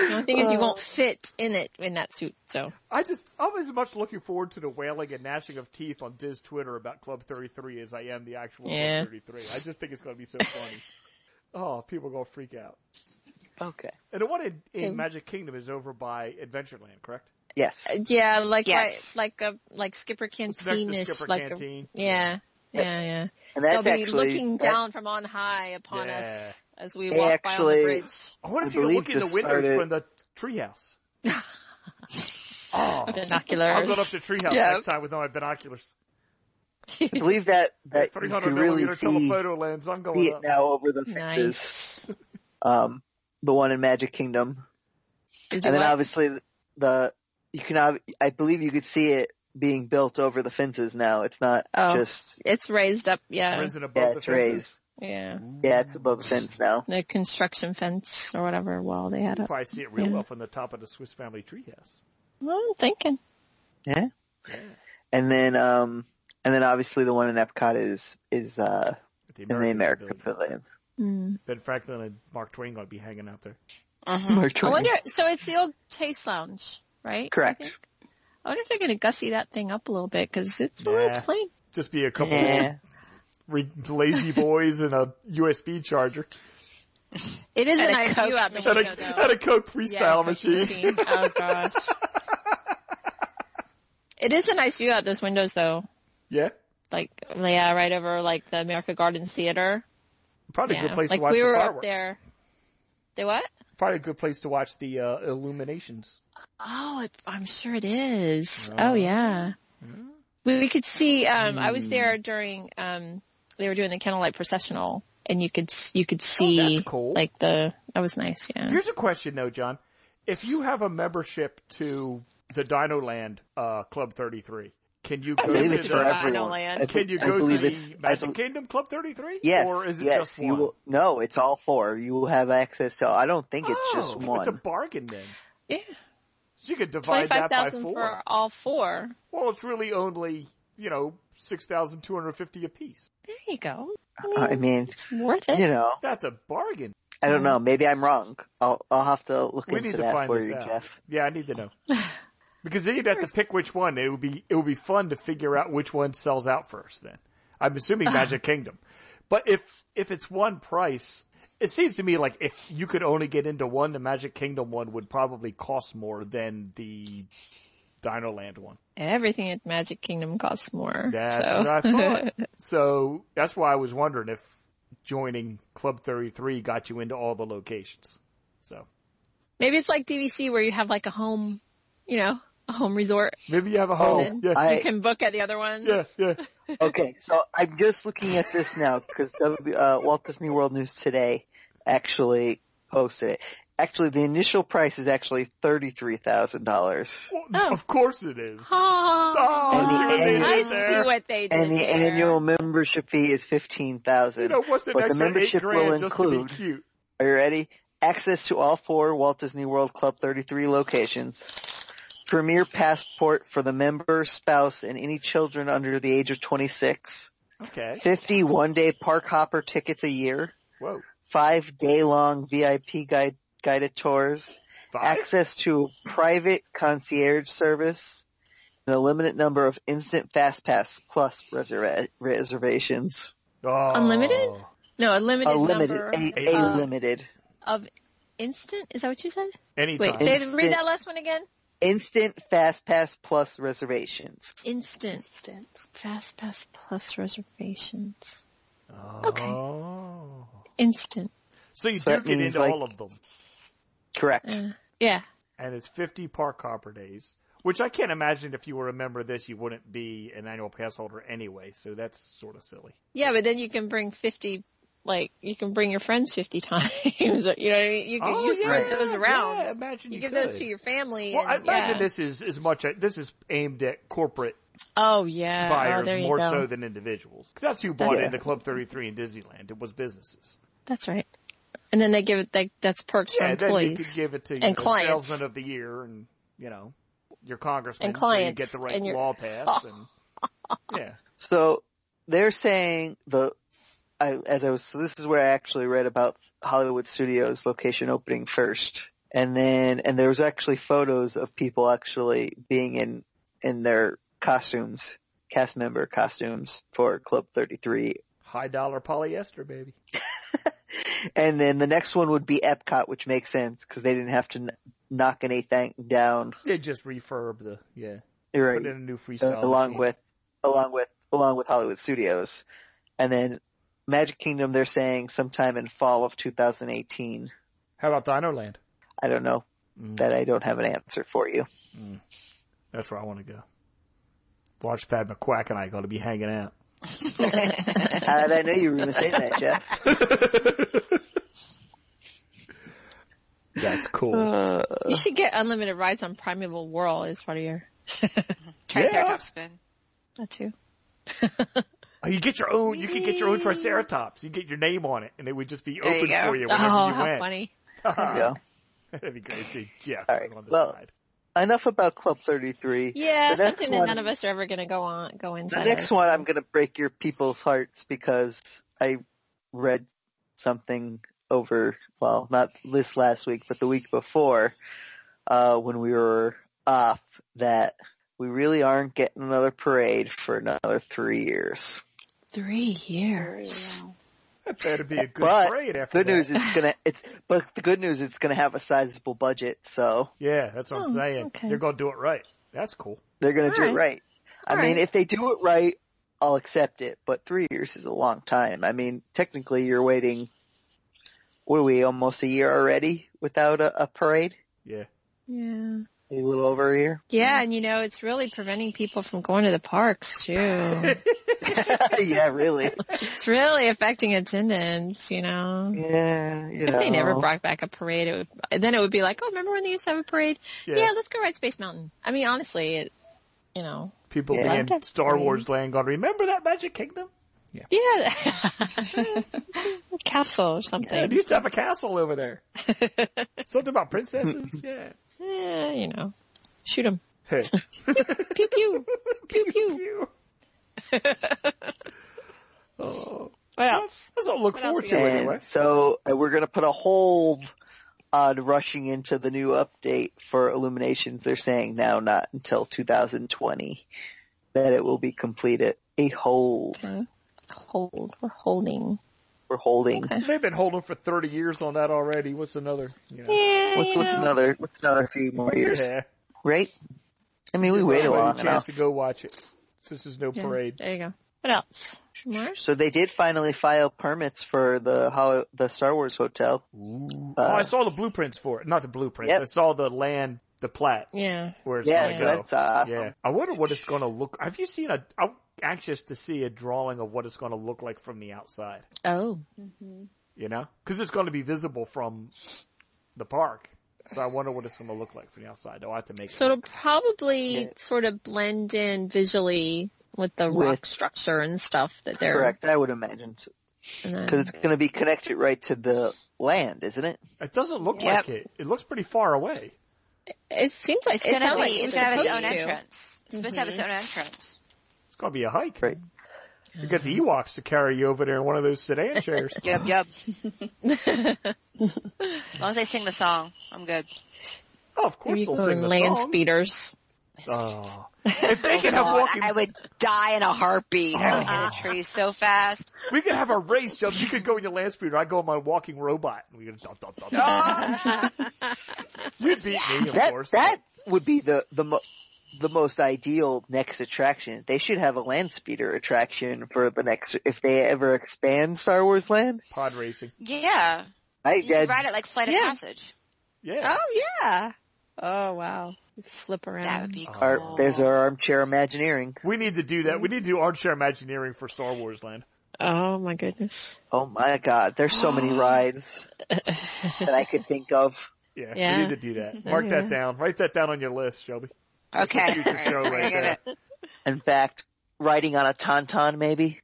Speaker 1: The only thing is you won't fit in it, in that suit, so.
Speaker 3: I just, I'm as much looking forward to the wailing and gnashing of teeth on Diz Twitter about Club 33 as I am the actual
Speaker 1: Yeah.
Speaker 3: Club 33. I just think it's going to be so funny. oh, people are going to freak out.
Speaker 4: Okay.
Speaker 3: And the one in, in Magic Kingdom is over by Adventureland, correct?
Speaker 4: Yes.
Speaker 1: Yeah, like,
Speaker 6: Yes.
Speaker 1: like, like a, like Skipper
Speaker 3: It's next to
Speaker 1: Canteen-ish,
Speaker 3: Skipper
Speaker 1: like a-
Speaker 3: Canteen.
Speaker 1: yeah, yeah, yeah.
Speaker 4: And that's
Speaker 1: They'll be
Speaker 4: actually
Speaker 1: looking
Speaker 4: that-
Speaker 1: down from on high upon
Speaker 3: Yeah.
Speaker 1: us as we
Speaker 4: They
Speaker 1: walk by on the
Speaker 4: actually-
Speaker 1: bridge.
Speaker 3: I wonder
Speaker 4: I
Speaker 3: if you can look
Speaker 4: believe
Speaker 3: in the
Speaker 4: just
Speaker 3: windows
Speaker 4: started-
Speaker 3: from the treehouse. oh,
Speaker 1: Binoculars.
Speaker 3: I'm going up to treehouse
Speaker 6: Yeah.
Speaker 3: next time with all my binoculars.
Speaker 4: I believe that that Uh, you
Speaker 3: 300
Speaker 4: can
Speaker 3: millimeter
Speaker 4: really see,
Speaker 3: telephoto lens. I'm
Speaker 4: see
Speaker 3: going
Speaker 4: it
Speaker 3: up.
Speaker 4: now over the fences.
Speaker 1: nice.
Speaker 4: Um, the one in Magic Kingdom,
Speaker 1: Did you
Speaker 4: and then
Speaker 1: what?
Speaker 4: obviously the you can ob- I believe you could see it being built over the fences now. It's not
Speaker 1: Oh.
Speaker 4: just
Speaker 1: It's raised up, yeah.
Speaker 3: Risen above
Speaker 4: yeah,
Speaker 3: the
Speaker 4: it's
Speaker 3: fences.
Speaker 4: raised.
Speaker 1: Yeah.
Speaker 4: Yeah, it's above the fence now.
Speaker 1: The construction fence or whatever wall they
Speaker 3: You
Speaker 1: had
Speaker 3: can
Speaker 1: up.
Speaker 3: probably see it real
Speaker 1: Yeah.
Speaker 3: well from the top of the Swiss Family Treehouse.
Speaker 1: Well, I'm thinking.
Speaker 4: Yeah.
Speaker 3: Yeah.
Speaker 4: And then um and then obviously the one in Epcot is is uh
Speaker 3: The
Speaker 4: in the American
Speaker 3: Pavilion.
Speaker 4: Pavilion.
Speaker 1: Mm.
Speaker 3: Ben Franklin and Mark Twain going to be hanging out there.
Speaker 6: Mhm.
Speaker 4: Mark
Speaker 1: Uh-huh. I
Speaker 4: Twain.
Speaker 1: wonder, so it's the old Chase Lounge, right? I
Speaker 4: Correct.
Speaker 1: think? I wonder if they're going to gussy that thing up a little bit because it's a
Speaker 3: Nah.
Speaker 1: little plain.
Speaker 3: Just be a couple
Speaker 4: Yeah.
Speaker 3: of re- lazy boys and a USB charger
Speaker 1: It is
Speaker 6: And
Speaker 1: an
Speaker 6: a
Speaker 1: IFU
Speaker 6: Coke
Speaker 1: out the
Speaker 3: and a,
Speaker 1: window though.
Speaker 3: and a Coke freestyle
Speaker 1: Yeah, Coke
Speaker 3: machine.
Speaker 1: Oh gosh. it is a nice view out those windows though.
Speaker 3: Yeah.
Speaker 1: Like, yeah, right over like the America Gardens Theater.
Speaker 3: Probably a
Speaker 1: yeah.
Speaker 3: good place
Speaker 1: like
Speaker 3: to watch
Speaker 1: we
Speaker 3: the
Speaker 1: were
Speaker 3: fireworks.
Speaker 1: up there. They what?
Speaker 3: Probably a good place to watch the uh, illuminations.
Speaker 1: Oh, it, I'm sure it is.
Speaker 3: Oh.
Speaker 1: oh yeah. We, we could see. Um, I was there during um, they were doing the candlelight processional, and you could s- you could see
Speaker 3: Oh, cool.
Speaker 1: like the that was nice. Yeah.
Speaker 3: Here's a question though, John. If you have a membership to the Dino Land uh, Club 33, can you
Speaker 4: I
Speaker 3: go
Speaker 4: believe
Speaker 3: to
Speaker 4: it's
Speaker 3: the,
Speaker 4: for
Speaker 1: I know
Speaker 4: everyone.
Speaker 1: land.
Speaker 4: I be-
Speaker 3: can you
Speaker 4: I
Speaker 3: go to
Speaker 4: believe
Speaker 3: the
Speaker 4: it's- I
Speaker 3: Magic
Speaker 4: bel-
Speaker 3: Kingdom Club 33?
Speaker 4: Yes.
Speaker 3: Or is it
Speaker 4: yes,
Speaker 3: just one?
Speaker 4: you will. No, it's all four. You will have access to. I don't think it's
Speaker 3: oh,
Speaker 4: just one.
Speaker 3: It's a bargain then.
Speaker 1: Yeah.
Speaker 3: So you could divide
Speaker 1: Twenty-five
Speaker 3: that by
Speaker 1: thousand
Speaker 3: four.
Speaker 1: for all four.
Speaker 3: Well, it's really only, you know, 6,250 apiece.
Speaker 1: There you go.
Speaker 4: I mean,
Speaker 1: It's worth it.
Speaker 4: you know,
Speaker 3: That's a bargain.
Speaker 4: I don't know. Maybe I'm wrong. I'll I'll have to look
Speaker 3: We
Speaker 4: into
Speaker 3: need to
Speaker 4: that
Speaker 3: find
Speaker 4: for
Speaker 3: this
Speaker 4: you,
Speaker 3: out.
Speaker 4: Jeff.
Speaker 3: Yeah, I need to know. Because then you'd have to pick which one. It would be, it would be fun to figure out which one sells out first then. I'm assuming Magic Kingdom. But if, if it's one price, it seems to me like if you could only get into one, the Magic Kingdom one would probably cost more than the Dino Land one.
Speaker 1: Everything at Magic Kingdom costs more.
Speaker 3: That's
Speaker 1: so.
Speaker 3: what I thought. So that's why I was wondering if joining Club 33 got you into all the locations. So
Speaker 1: Maybe it's like DVC where you have like a home, you know, a home resort.
Speaker 3: maybe you have a
Speaker 1: then
Speaker 3: home. Oh, yeah,
Speaker 4: I
Speaker 1: You can book at the other ones.
Speaker 3: yeah, yeah.
Speaker 4: Okay, so I'm just looking at this now because w, uh, Walt Disney World News today actually posted it. Actually, the initial price is actually thirty-three thousand dollars,
Speaker 3: Well,
Speaker 1: Oh.
Speaker 3: Of course it is.
Speaker 1: Oh,
Speaker 3: Oh,
Speaker 4: And
Speaker 1: wow.
Speaker 4: the annual-
Speaker 1: I see what they did
Speaker 4: and the
Speaker 1: there.
Speaker 4: annual membership fee is fifteen thousand.
Speaker 3: You know, what's an
Speaker 4: But the
Speaker 3: extra eight
Speaker 4: membership
Speaker 3: grand
Speaker 4: will
Speaker 3: just
Speaker 4: include-
Speaker 3: to be cute?
Speaker 4: Are you ready? Access to all four Walt Disney World Club 33 locations. Premier passport for the member, spouse, and any children under the age of 26.
Speaker 3: Okay.
Speaker 4: 50 one-day park hopper tickets a year.
Speaker 3: Whoa.
Speaker 4: Five day-long VIP guide, guided tours.
Speaker 3: Five?
Speaker 4: Access to private concierge service. And a limited number of instant fast pass plus reserva- reservations.
Speaker 3: Oh.
Speaker 1: Unlimited? No, a limited,
Speaker 4: A limited,
Speaker 1: number
Speaker 4: a,
Speaker 3: Eight.
Speaker 4: a
Speaker 1: Uh,
Speaker 4: limited.
Speaker 1: of instant. Is that what you said?
Speaker 3: Anytime.
Speaker 1: Wait, say, read
Speaker 4: Instant.
Speaker 1: that last one again.
Speaker 4: Instant fast pass plus reservations.
Speaker 1: Instant
Speaker 8: Instant.
Speaker 1: fast pass plus reservations.
Speaker 3: Oh.
Speaker 1: Instant.
Speaker 3: So you
Speaker 4: So
Speaker 3: do
Speaker 4: that
Speaker 3: get
Speaker 4: means,
Speaker 3: into
Speaker 4: like-
Speaker 3: all of them.
Speaker 4: Correct.
Speaker 1: Yeah.
Speaker 3: And it's 50 park hopper days, which I can't imagine if you were a member of this, you wouldn't be an annual pass holder anyway. So that's sort of silly.
Speaker 1: Yeah, but then you can bring 50 like you can bring your friends 50 times. you know what I mean? You can
Speaker 3: Oh,
Speaker 1: you spread
Speaker 3: yeah,
Speaker 1: those around.
Speaker 3: yeah, imagine you
Speaker 1: give
Speaker 3: could.
Speaker 1: those to your family.
Speaker 3: Well, I
Speaker 1: and-
Speaker 3: imagine
Speaker 1: yeah.
Speaker 3: this is as much. This is aimed at corporate
Speaker 1: Oh yeah. oh,
Speaker 3: buyers
Speaker 1: there you
Speaker 3: more
Speaker 1: go.
Speaker 3: so than individuals. 'Cause that's who bought
Speaker 1: That's-
Speaker 3: into Club 33 in Disneyland. It was businesses.
Speaker 1: That's right. And then they give it like that's perks
Speaker 3: Yeah,
Speaker 1: for
Speaker 3: then you could
Speaker 1: employees
Speaker 3: give it to you
Speaker 1: and
Speaker 3: know,
Speaker 1: clients.
Speaker 3: salesman of the year and you know your congressman
Speaker 1: And
Speaker 3: so you
Speaker 1: clients,
Speaker 3: get the right
Speaker 1: and your-
Speaker 3: law passed and yeah.
Speaker 4: So they're saying the, I, as I was, so this is where I actually read about Hollywood Studios location opening first. And then, and there was actually photos of people actually being in, in their costumes, cast member costumes for Club 33.
Speaker 3: High dollar polyester, baby.
Speaker 4: And then the next one would be Epcot, which makes sense because they didn't have to kn- knock anything down.
Speaker 3: They just refurb the yeah.
Speaker 4: You're
Speaker 3: Put
Speaker 4: right.
Speaker 3: in a new freestyle.
Speaker 4: along
Speaker 3: machine.
Speaker 4: with along with along with Hollywood Studios, and then Magic Kingdom. They're saying sometime in fall of 2018.
Speaker 3: How about Dino Land?
Speaker 4: I don't know that I don't have an answer for you.
Speaker 3: That's where I want to go. Watch Pat McQuack and I got to be hanging out.
Speaker 4: How did Uh, I know you were going to say that, Jeff?
Speaker 3: That's cool.
Speaker 1: you should get unlimited rides on Primeval Whirl as part of your
Speaker 6: Triceratops spin.
Speaker 1: that too.
Speaker 3: Oh, you get your own. You could get your own Triceratops. You get your name on it, and it would just be
Speaker 6: There you
Speaker 3: open
Speaker 6: go.
Speaker 3: for you
Speaker 1: Oh,
Speaker 3: whenever you
Speaker 1: how
Speaker 3: went.
Speaker 1: funny!
Speaker 4: There you go.
Speaker 3: That'd be great. See Jeff
Speaker 4: All right,
Speaker 3: on the
Speaker 4: well,
Speaker 3: side.
Speaker 4: Enough about Club 33.
Speaker 1: Yeah,
Speaker 4: The next
Speaker 1: something that
Speaker 4: one-
Speaker 1: none of us are ever going to go on go inside.
Speaker 4: The
Speaker 1: of.
Speaker 4: next one, I'm going to break your people's hearts because I read something over, well, not this last week, but the week before, uh, when we were off that we really aren't getting another parade for another three years.
Speaker 1: Three years.
Speaker 3: That better be a good
Speaker 4: But
Speaker 3: parade after
Speaker 4: Good
Speaker 3: that.
Speaker 4: news, it's gonna, it's, but the good news, it's gonna have a sizable budget, so
Speaker 3: Yeah, that's what I'm
Speaker 1: Oh,
Speaker 3: saying.
Speaker 1: okay.
Speaker 3: You're gonna do it right. That's cool.
Speaker 4: they're gonna do
Speaker 1: Alright.
Speaker 4: it right. I mean,
Speaker 1: Alright.
Speaker 4: if they do it right, I'll accept it, but three years is a long time. I mean, technically you're waiting, what are we, almost a year already without a, a parade?
Speaker 3: Yeah.
Speaker 1: Yeah.
Speaker 4: A little over a year?
Speaker 1: Yeah, and you know it's really preventing people from going to the parks too.
Speaker 4: yeah, really.
Speaker 1: it's really affecting attendance. You know.
Speaker 4: Yeah, you
Speaker 1: If
Speaker 4: know.
Speaker 1: they never brought back a parade, it would, then it would be like, oh, remember when they used to have a parade?
Speaker 3: Yeah.
Speaker 1: Yeah, let's go ride Space Mountain. I mean, honestly, it, you know,
Speaker 3: People
Speaker 4: Yeah.
Speaker 3: be in
Speaker 1: Loved it.
Speaker 3: Star Wars land going, remember that Magic Kingdom?
Speaker 1: yeah, castle or
Speaker 3: Yeah, it
Speaker 1: something.
Speaker 3: used to have a castle over there. Something about princesses? Yeah.
Speaker 1: Eh, you know, shoot 'em.
Speaker 3: Hey.
Speaker 1: Pew pew. pew pew.
Speaker 3: You. Oh.
Speaker 1: What else?
Speaker 3: That's what I look forward to
Speaker 4: And
Speaker 3: anyway.
Speaker 4: so uh, we're gonna put a hold on rushing into the new update for Illuminations. They're saying now not until 2020 that it will be completed. A hold.
Speaker 1: Hold. We're holding.
Speaker 4: We're holding.
Speaker 3: They've been holding for 30 years on that already. What's another? You know?
Speaker 1: Yeah,
Speaker 4: What's, what's another, what's another few more years,
Speaker 3: Yeah.
Speaker 4: right? I mean, we
Speaker 3: Give
Speaker 4: waited
Speaker 3: everybody
Speaker 4: long
Speaker 3: a
Speaker 4: enough.
Speaker 3: chance to go watch it. Since there's no parade.
Speaker 1: There you go. What else? More?
Speaker 4: So they did finally file permits for the Holo- the Star Wars hotel.
Speaker 3: oh, I saw the blueprints for it. Not the blueprints.
Speaker 4: Yep.
Speaker 3: I saw the land, the plat,
Speaker 1: Yeah.
Speaker 3: where it's
Speaker 4: Yeah,
Speaker 3: going to
Speaker 4: so
Speaker 3: go.
Speaker 4: that's uh, awesome.
Speaker 3: Yeah. I wonder what it's going to look. Have you seen a? I'm anxious to see a drawing of what it's going to look like from the outside.
Speaker 1: Oh.
Speaker 3: Mm-hmm. You know, because it's going to be visible from the park. So I wonder what it's going to look like from the outside. I'll have to make
Speaker 1: So
Speaker 3: it.
Speaker 1: it'll probably
Speaker 4: Yeah.
Speaker 1: sort of blend in visually with the rock
Speaker 4: With-
Speaker 1: structure and stuff that they're
Speaker 4: Correct, I would imagine.
Speaker 1: And then,
Speaker 4: Cause it's gonna be connected right to the land, isn't it?
Speaker 3: It doesn't look
Speaker 6: Yep.
Speaker 3: like it. It looks pretty far away.
Speaker 1: it seems like
Speaker 6: It's
Speaker 1: it
Speaker 6: gonna
Speaker 1: sounds
Speaker 6: be.
Speaker 1: like
Speaker 6: it's
Speaker 1: it's
Speaker 6: gonna have its own
Speaker 1: supposed to.
Speaker 6: entrance. It's supposed to
Speaker 1: Mm-hmm.
Speaker 6: have its own entrance.
Speaker 3: It's going to be a hike.
Speaker 4: Right.
Speaker 3: You got the Ewoks to carry you over there in one of those sedan chairs.
Speaker 6: Yep, yep. as long as they sing the song, I'm good.
Speaker 3: Oh, of course
Speaker 1: You
Speaker 3: they'll
Speaker 1: go
Speaker 3: sing
Speaker 1: in
Speaker 3: the
Speaker 1: land
Speaker 3: song.
Speaker 1: speeders.
Speaker 3: Oh. If they can have
Speaker 6: God,
Speaker 3: walking,
Speaker 6: Oh, I would die in a heartbeat. I would hit a tree so fast.
Speaker 3: we could have a race, Jump. You could go in your land speeder. I go in my walking robot. We could dun, dun, dun, dun.
Speaker 6: Oh,
Speaker 3: You beat me, of
Speaker 4: That,
Speaker 3: course.
Speaker 4: that would be the, the mo- the most ideal next attraction. They should have a land speeder attraction for the next, if they ever expand Star Wars land.
Speaker 3: Pod racing.
Speaker 6: yeah.
Speaker 4: I,
Speaker 6: You could
Speaker 4: that,
Speaker 6: ride it like Flight
Speaker 1: Yeah.
Speaker 6: of Passage.
Speaker 3: Yeah.
Speaker 1: Oh yeah. Oh wow. You Flip around.
Speaker 6: That would be cool.
Speaker 4: our, there's our armchair imagineering.
Speaker 3: We need to do that. We need to do armchair imagineering for Star Wars land.
Speaker 1: Oh my goodness.
Speaker 4: Oh my god, there's so many rides that I could think of.
Speaker 3: Yeah,
Speaker 1: Yeah. Oh,
Speaker 3: we need to do that. Mark that down. Write that down on your list, Shelby.
Speaker 6: Okay.
Speaker 3: Future show
Speaker 6: All right, I
Speaker 3: right
Speaker 6: got
Speaker 3: there.
Speaker 6: it.
Speaker 4: In fact, riding on a tauntaun maybe.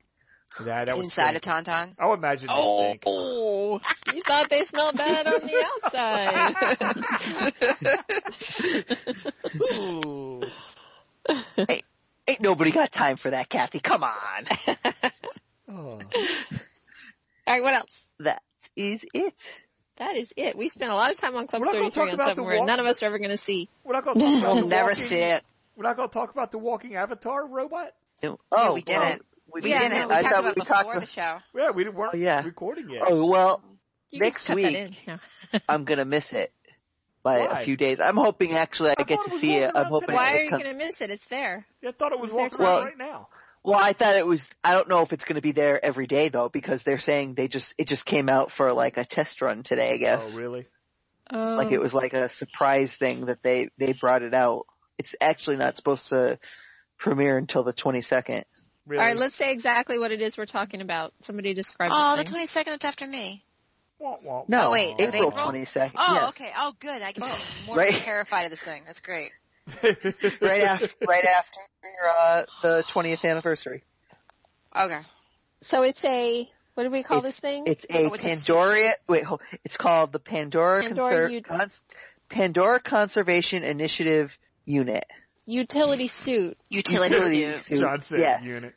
Speaker 3: Yeah, that would
Speaker 6: Inside a
Speaker 3: stink.
Speaker 6: tauntaun.
Speaker 3: I would imagine they
Speaker 6: Oh,
Speaker 3: stink.
Speaker 6: oh.
Speaker 1: You thought they smelled bad on the outside.
Speaker 3: Ooh.
Speaker 4: Ain't nobody got time for that, Kathy. Come on.
Speaker 1: All
Speaker 3: Oh.
Speaker 1: right, what else?
Speaker 4: that is it.
Speaker 1: That is it. We spent a lot of time on Club
Speaker 3: We're not gonna
Speaker 1: 33
Speaker 3: talk
Speaker 1: on
Speaker 3: about the
Speaker 1: something where
Speaker 3: walk-
Speaker 1: none of us are ever going to see.
Speaker 3: We're not going to talk about
Speaker 6: We'll
Speaker 3: the
Speaker 6: never
Speaker 3: walking,
Speaker 6: see it.
Speaker 3: We're not going to talk about the walking avatar robot.
Speaker 4: Oh,
Speaker 6: we
Speaker 4: well,
Speaker 6: didn't.
Speaker 4: we
Speaker 6: We
Speaker 4: didn't.
Speaker 6: didn't. We
Speaker 4: I
Speaker 6: talked
Speaker 4: thought
Speaker 6: about
Speaker 4: we
Speaker 6: before
Speaker 4: talked
Speaker 6: the
Speaker 4: about-
Speaker 6: show.
Speaker 3: Yeah, we weren't
Speaker 4: Oh, yeah.
Speaker 3: recording yet.
Speaker 4: Oh well,
Speaker 1: You can
Speaker 4: Next
Speaker 1: just cut
Speaker 4: week.
Speaker 1: That in. No.
Speaker 4: I'm gonna miss it by a
Speaker 3: Why?
Speaker 4: few days. I'm hoping actually I,
Speaker 3: I
Speaker 4: get
Speaker 3: thought
Speaker 4: to
Speaker 3: it was
Speaker 4: see
Speaker 3: walking
Speaker 4: it. I'm
Speaker 3: around
Speaker 4: hoping
Speaker 3: today.
Speaker 1: Why
Speaker 4: it
Speaker 1: are you
Speaker 4: comes.
Speaker 1: going to miss it? It's there.
Speaker 3: I thought it was
Speaker 1: Was there
Speaker 3: walking around
Speaker 4: today?
Speaker 3: right now.
Speaker 4: Well, I thought it was. I don't know if it's gonna be there every day though, because they're saying they just it just came out for like a test run today. I guess.
Speaker 3: Oh, really?
Speaker 1: Oh.
Speaker 4: Like it was like a surprise thing that they they brought it out. It's actually not supposed to premiere until the 22nd.
Speaker 3: Really?
Speaker 1: All right, let's say exactly what it is we're talking about. Somebody describe this
Speaker 6: Oh, the
Speaker 1: thing.
Speaker 6: twenty second. That's after me.
Speaker 3: Wah, wah,
Speaker 4: No,
Speaker 6: Oh, wait, is
Speaker 4: April
Speaker 6: April?
Speaker 4: 22nd.
Speaker 6: Oh,
Speaker 4: yes.
Speaker 6: okay. Oh, good. I get more
Speaker 4: Right.
Speaker 6: terrified of this thing. That's great.
Speaker 4: Right after right after uh, the 20th anniversary.
Speaker 6: Okay.
Speaker 1: So it's a what do we call
Speaker 4: It's-
Speaker 1: this thing?
Speaker 4: It's a
Speaker 6: Oh, it's a-
Speaker 4: Pandora. wait, hold, it's called the Pandora
Speaker 1: Pandora
Speaker 4: Conser-
Speaker 1: U-
Speaker 4: Cons- Pandora Conservation Initiative Unit.
Speaker 1: Utility suit.
Speaker 6: Utility
Speaker 4: Utility
Speaker 6: suit.
Speaker 4: suit.
Speaker 3: John said
Speaker 4: Yes.
Speaker 3: unit.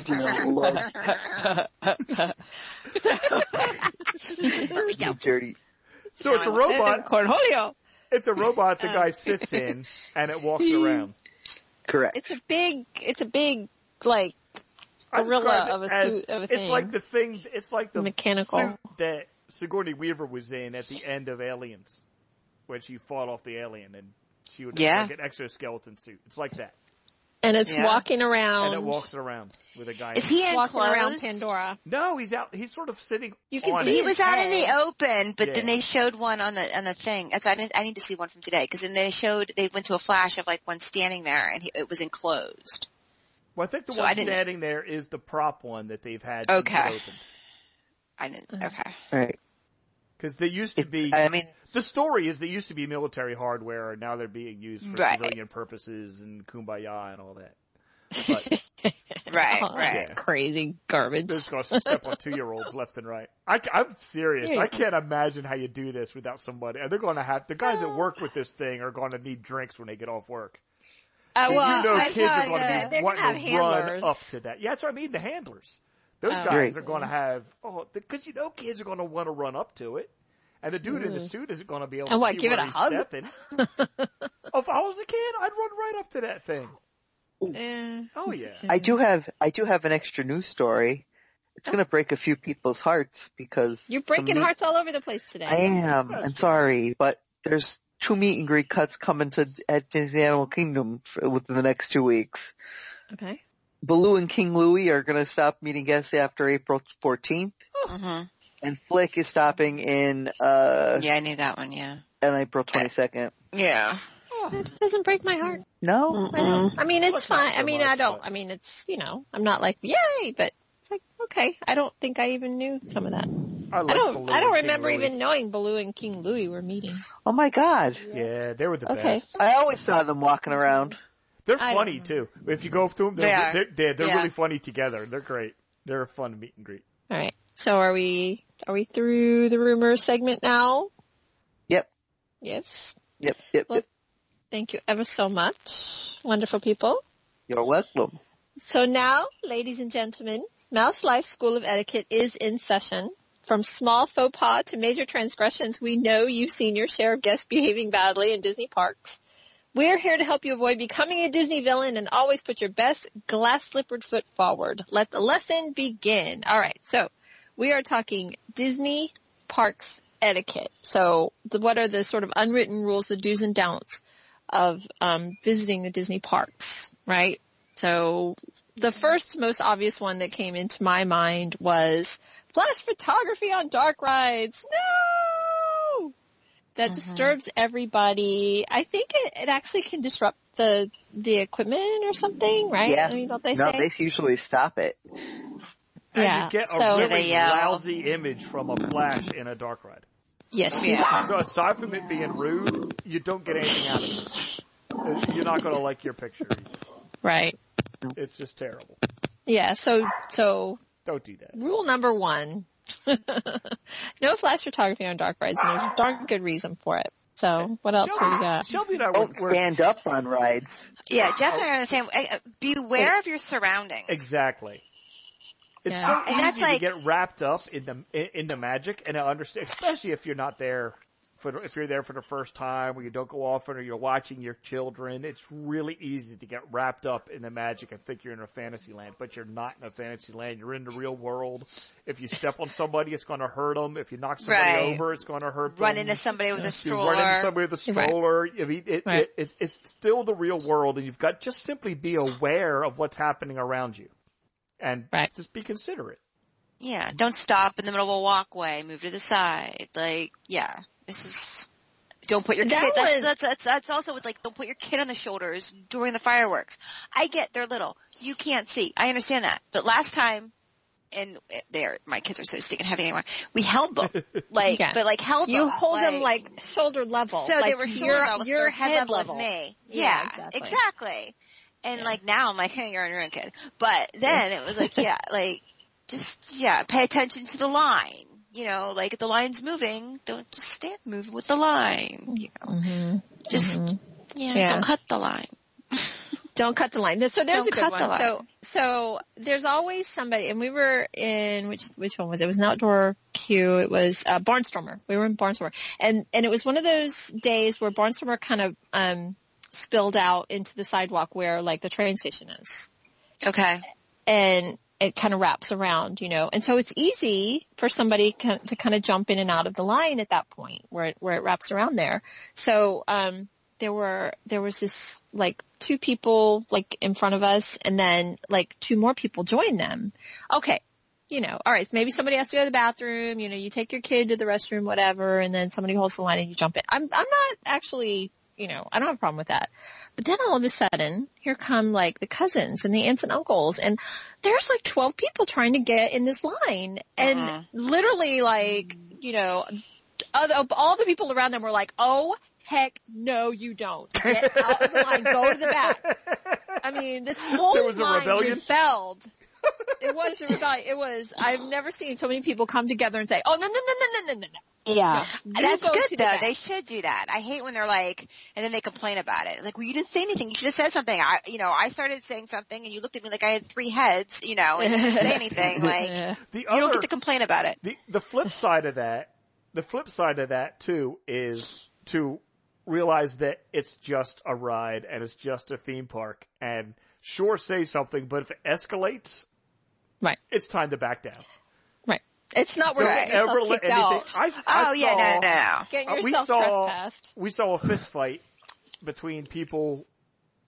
Speaker 4: dear lord, you dirty.
Speaker 3: So it's a robot.
Speaker 1: Cornholio.
Speaker 3: It's a robot the guy sits in and it walks around.
Speaker 4: Correct.
Speaker 1: It's a big. It's a big like
Speaker 3: I describe
Speaker 1: Gorilla
Speaker 3: it
Speaker 1: of a
Speaker 3: as-
Speaker 1: suit of a
Speaker 3: It's
Speaker 1: thing.
Speaker 3: like the thing, it's like the
Speaker 1: Mechanical.
Speaker 3: suit that Sigourney Weaver was in at the end of Aliens when she fought off the alien and she would
Speaker 6: Yeah.
Speaker 3: like an exoskeleton suit. It's like that.
Speaker 1: and it's
Speaker 6: Yeah.
Speaker 1: walking around.
Speaker 3: And it walks around with a guy.
Speaker 6: Um, Is
Speaker 3: in it.
Speaker 6: he
Speaker 1: walking
Speaker 6: enclosed?
Speaker 1: around Pandora.
Speaker 3: No, he's out, he's sort of sitting
Speaker 1: You can
Speaker 3: on
Speaker 1: see
Speaker 6: He
Speaker 3: it.
Speaker 6: was out in the open, but then
Speaker 3: Yeah.
Speaker 6: they showed one on the on the thing. That's why I, didn't, I need to see one from today because then they showed they went to a flash of like one standing there and he, it was enclosed.
Speaker 3: Well, I think the
Speaker 6: So I
Speaker 3: one
Speaker 6: didn't-
Speaker 3: standing there is the prop one that they've had since
Speaker 6: Okay.
Speaker 3: it opened.
Speaker 6: I didn't. Okay.
Speaker 4: Right.
Speaker 3: Cause they used to
Speaker 4: It's,
Speaker 3: be,
Speaker 4: I mean,
Speaker 3: the story is they used to be military hardware and now they're being used for
Speaker 6: Right.
Speaker 3: civilian purposes and kumbaya and all that. But
Speaker 6: Right.
Speaker 1: Oh,
Speaker 6: Right.
Speaker 3: yeah.
Speaker 1: Crazy garbage.
Speaker 3: They're just gonna step on two year olds left and right. I, am serious. I can't imagine how you do this without somebody. And they're gonna have, the guys that work with this thing are gonna need drinks when they get off work.
Speaker 1: Uh,
Speaker 3: And
Speaker 1: well,
Speaker 3: you know
Speaker 1: I
Speaker 3: kids are
Speaker 1: thought,
Speaker 3: gonna
Speaker 1: uh,
Speaker 3: be
Speaker 1: they're gonna have
Speaker 3: wanting to run
Speaker 1: handlers.
Speaker 3: up to that. Yeah, that's what I mean, the handlers. Those
Speaker 1: Oh.
Speaker 3: guys
Speaker 4: Right.
Speaker 3: are gonna have, oh, cause you know kids are gonna wanna run up to it. And the dude in the suit isn't gonna be able
Speaker 1: Mm. And
Speaker 3: to
Speaker 1: what,
Speaker 3: see
Speaker 1: give it
Speaker 3: where
Speaker 1: a
Speaker 3: he's
Speaker 1: hug?
Speaker 3: stepping. Oh, if I was a kid, I'd run right up to that thing.
Speaker 1: Eh.
Speaker 3: Oh yeah.
Speaker 4: I do have I do have an extra news story. It's going to break a few people's hearts because
Speaker 1: You're
Speaker 4: some
Speaker 1: breaking
Speaker 4: meat-
Speaker 1: hearts all over the place today.
Speaker 4: I am.
Speaker 3: That's
Speaker 4: I'm
Speaker 3: good.
Speaker 4: sorry, but there's two meet and greet cuts coming to at Disney Animal Kingdom for, within the next two weeks.
Speaker 1: okay.
Speaker 4: Baloo and King Louie are going to stop meeting guests after April 14th,
Speaker 6: hmm
Speaker 4: and Flick is stopping in uh
Speaker 6: Yeah, I knew that one. Yeah.
Speaker 4: on April 22nd.
Speaker 6: Yeah.
Speaker 1: That doesn't break my heart.
Speaker 4: No,
Speaker 1: I don't. I mean, it's
Speaker 3: Well, it's not
Speaker 1: fine.
Speaker 3: so
Speaker 1: I mean,
Speaker 3: much,
Speaker 1: I don't.
Speaker 3: but-
Speaker 1: I mean, it's you know, I'm not like yay, but it's like okay. I don't think I even knew some of that.
Speaker 3: I,
Speaker 1: I
Speaker 3: like
Speaker 1: don't.
Speaker 3: Baloo
Speaker 1: I
Speaker 3: and
Speaker 1: don't
Speaker 3: King
Speaker 1: remember
Speaker 3: Louie.
Speaker 1: even knowing Baloo and King Louie were meeting.
Speaker 4: oh my god!
Speaker 3: Yeah, they were the
Speaker 1: Okay.
Speaker 3: best.
Speaker 4: I always saw them walking around.
Speaker 3: They're
Speaker 1: I
Speaker 3: funny
Speaker 1: don't
Speaker 3: too. If you go up to them, they're
Speaker 6: They
Speaker 3: re-
Speaker 6: are.
Speaker 3: they're, they're, they're
Speaker 6: Yeah.
Speaker 3: really funny together. They're great. They're a fun meet and greet.
Speaker 1: All right. So are we? Are we through the rumor segment now?
Speaker 4: Yep,
Speaker 1: Yes.
Speaker 4: yep, yep.
Speaker 1: Well-
Speaker 4: yep.
Speaker 1: Thank you ever so much, wonderful people.
Speaker 4: You're welcome.
Speaker 1: So now, ladies and gentlemen, Mouse Life School of Etiquette is in session. From small faux pas to major transgressions, we know you've seen your share of guests behaving badly in Disney parks. We're here to help you avoid becoming a Disney villain and always put your best glass slippered foot forward. Let the lesson begin. All right, so we are talking Disney parks etiquette. So the, what are the sort of unwritten rules, the do's and don'ts of um, visiting the Disney parks, right? So the first most obvious one that came into my mind was flash photography on dark rides. No! That disturbs everybody. I think it, it actually can disrupt the the equipment or something, right?
Speaker 4: Yeah.
Speaker 1: I mean, don't they
Speaker 4: no,
Speaker 1: say?
Speaker 4: they usually stop it.
Speaker 1: yeah.
Speaker 3: And you get a
Speaker 1: so uh,
Speaker 3: really
Speaker 6: They yell.
Speaker 3: lousy image from a flash in a dark ride.
Speaker 1: yes, you
Speaker 6: Yeah.
Speaker 3: So aside from it being rude, you don't get anything out of it. Uh, You're not going to like your picture.
Speaker 1: right.
Speaker 3: It's just terrible.
Speaker 1: Yeah. So so
Speaker 3: Don't do that.
Speaker 1: rule number one: no flash photography on dark rides, and there's a darn good reason for it. So what else do we got?
Speaker 3: Shelby and I were,
Speaker 4: Don't
Speaker 3: were
Speaker 4: stand up on rides.
Speaker 6: Yeah, Jeff and I are the same. Uh, uh, Beware of your surroundings.
Speaker 3: exactly. It's
Speaker 1: Yeah.
Speaker 3: so
Speaker 6: And
Speaker 3: easy
Speaker 6: that's like-
Speaker 3: to get wrapped up in the in, in the magic, and I understand, especially if you're not there for the- if you're there for the first time, or you don't go often, or you're watching your children. It's really easy to get wrapped up in the magic and think you're in a fantasy land, but you're not in a fantasy land. You're in the real world. If you step on somebody, it's going to hurt them. If you knock somebody
Speaker 6: Right.
Speaker 3: over, it's going to hurt them.
Speaker 6: Run into somebody with a
Speaker 3: You run into
Speaker 6: stroller.
Speaker 3: somebody with a
Speaker 1: Right.
Speaker 3: stroller. I mean, it,
Speaker 1: Right.
Speaker 3: it, it's, it's still the real world, and you've got just simply be aware of what's happening around you, and
Speaker 1: Right.
Speaker 3: just be considerate.
Speaker 6: Yeah, don't stop in the middle of a walkway. Move to the side. Like, yeah, this is. Don't put your
Speaker 1: That
Speaker 6: kid. That's,
Speaker 1: was-
Speaker 6: that's that's that's also with like don't put your kid on the shoulders during the fireworks. I get they're little. You can't see. I understand that. But last time, and eh, there, my kids are so sick and heavy anymore. We held them, like,
Speaker 1: Yeah.
Speaker 6: but like held
Speaker 1: You
Speaker 6: them.
Speaker 1: hold them like shoulder level.
Speaker 6: So they
Speaker 1: like
Speaker 6: were
Speaker 1: your,
Speaker 6: shoulder level, so
Speaker 1: your
Speaker 6: their head, level, with me.
Speaker 1: Yeah,
Speaker 6: Yeah,
Speaker 1: exactly.
Speaker 6: exactly. And like now I'm like, hey, you're on your own kid. But then it was like, yeah, like just, yeah, pay attention to the line. You know, like if the line's moving, don't just stand, move with the line. You know, just, Mm-hmm. yeah,
Speaker 1: Yeah.
Speaker 6: don't cut the line.
Speaker 1: Don't cut the line. So there's
Speaker 6: Don't
Speaker 1: a good
Speaker 6: cut
Speaker 1: one.
Speaker 6: the line.
Speaker 1: So so there's always somebody, and we were in which which one was it? It was an outdoor queue. It was uh, Barnstormer. We were in Barnstormer, and and it was one of those days where Barnstormer kind of um spilled out into the sidewalk where like the train station is,
Speaker 6: Okay.
Speaker 1: and it kind of wraps around, you know. And so it's easy for somebody ki- to kind of jump in and out of the line at that point where it, where it wraps around there. So, um, there were, there was this like two people like in front of us and then like two more people joined them. Okay. You know, all right, maybe somebody has to go to the bathroom, you know, you take your kid to the restroom, whatever, and then somebody holds the line and you jump in. I'm, I'm not actually, you know, I don't have a problem with that. But then all of a sudden, here come like the cousins and the aunts and uncles and there's like 12 people trying to get in this line and
Speaker 6: Uh-uh.
Speaker 1: literally like, you know, other, all the people around them were like, oh heck no you don't. Get out of the line, go to the back. I mean, this whole
Speaker 3: There was a
Speaker 1: line
Speaker 3: rebellion?
Speaker 1: rebelled. It was a rebellion. It was, I've never seen so many people come together and say, oh no, no, no, no, no, no, no.
Speaker 7: Yeah.
Speaker 1: You
Speaker 6: That's
Speaker 1: go
Speaker 6: good
Speaker 1: to the
Speaker 6: though.
Speaker 1: back.
Speaker 6: They should do that. I hate when they're like, and then they complain about it. Like, well, you didn't say anything. You should have said something. I, you know, I started saying something, and you looked at me like I had three heads. You know, and you didn't say anything. Like,
Speaker 1: Yeah.
Speaker 3: The
Speaker 6: you don't
Speaker 3: other
Speaker 6: get to complain about it.
Speaker 3: the the flip side of that, the flip side of that too is to realize that it's just a ride and it's just a theme park, and sure say something, but if it escalates,
Speaker 1: Right.
Speaker 3: it's time to back down.
Speaker 1: Right. It's not worth
Speaker 6: Don't
Speaker 1: getting yourself
Speaker 3: Ever let
Speaker 1: kicked
Speaker 3: anything?
Speaker 1: out.
Speaker 3: I, I
Speaker 6: Oh yeah,
Speaker 3: saw-
Speaker 6: no, no, no.
Speaker 1: Getting
Speaker 3: Uh, we
Speaker 1: yourself
Speaker 3: saw-
Speaker 1: trespassed.
Speaker 3: we saw a fist fight between people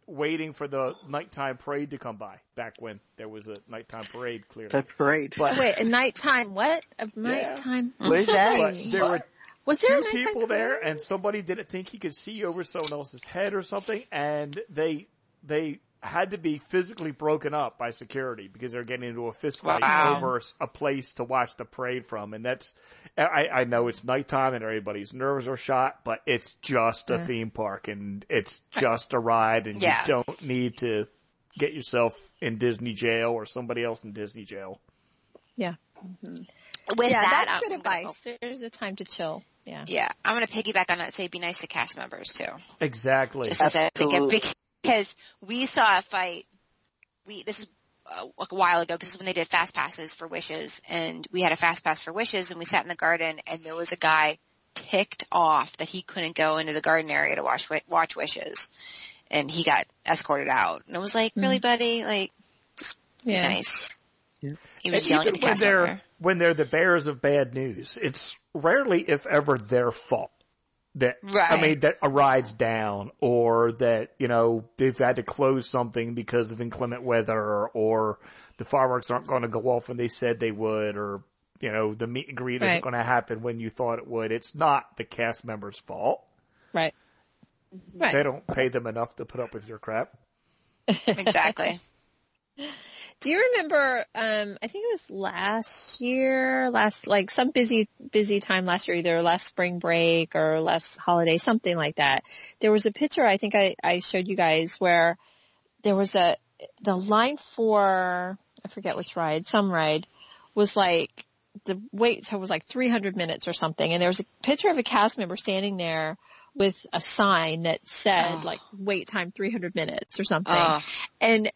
Speaker 3: waiting for the nighttime parade to come by back when there was a nighttime parade clearly
Speaker 4: That's great.
Speaker 3: but,
Speaker 1: Wait, at nighttime what? At nighttime?
Speaker 4: What is that?
Speaker 3: but there were
Speaker 1: Was there
Speaker 3: two
Speaker 1: a nighttime
Speaker 3: people there
Speaker 1: parade?
Speaker 3: and somebody didn't think he could see over someone else's head or something and they they had to be physically broken up by security because they're getting into a fist fight
Speaker 6: Wow.
Speaker 3: over s- a place to watch the parade from and that's I, I know it's nighttime and everybody's nerves are shot but it's just a theme park and it's just a ride and
Speaker 6: Yeah.
Speaker 3: you don't need to get yourself in Disney jail or somebody else in Disney jail.
Speaker 1: Yeah.
Speaker 6: With
Speaker 1: Yeah,
Speaker 6: that,
Speaker 1: that's
Speaker 6: I'm
Speaker 1: good
Speaker 6: gonna
Speaker 1: advice. There's a time to chill. Yeah.
Speaker 6: go- yeah, I'm gonna piggyback on that. and Say, be nice to cast members too.
Speaker 3: Exactly.
Speaker 6: Just as a-
Speaker 4: Absolutely.
Speaker 6: because we saw a fight. We this is uh, a while ago because this is when they did fast passes for wishes, and we had a fast pass for wishes, and we sat in the garden, and there was a guy ticked off that he couldn't go into the garden area to watch Wi- watch wishes, and he got escorted out, and it was like, really, buddy, like, be
Speaker 1: Yeah.
Speaker 6: nice.
Speaker 4: Yeah.
Speaker 6: He was
Speaker 3: And
Speaker 6: yelling at
Speaker 3: even
Speaker 6: the
Speaker 3: when
Speaker 6: cast member.
Speaker 3: they're when they're the bearers of bad news, it's rarely, if ever, their fault. That I
Speaker 6: Right.
Speaker 3: mean, that a ride's down, or that you know they've had to close something because of inclement weather, or the fireworks aren't going to go off when they said they would, or you know the meet and greet
Speaker 1: Right.
Speaker 3: isn't going to happen when you thought it would. It's not the cast member's fault.
Speaker 1: Right. Right.
Speaker 3: They don't pay them enough to put up with your crap.
Speaker 6: Exactly.
Speaker 1: Do you remember? Um, I think it was last year, last like some busy busy time last year, either last spring break or last holiday, something like that. There was a picture I think I I showed you guys where there was a the line for I forget which ride, some ride was like the wait time was like 300 minutes or something, and there was a picture of a cast member standing there with a sign that said
Speaker 6: Oh.
Speaker 1: like wait time 300 minutes or something,
Speaker 6: Ugh.
Speaker 1: and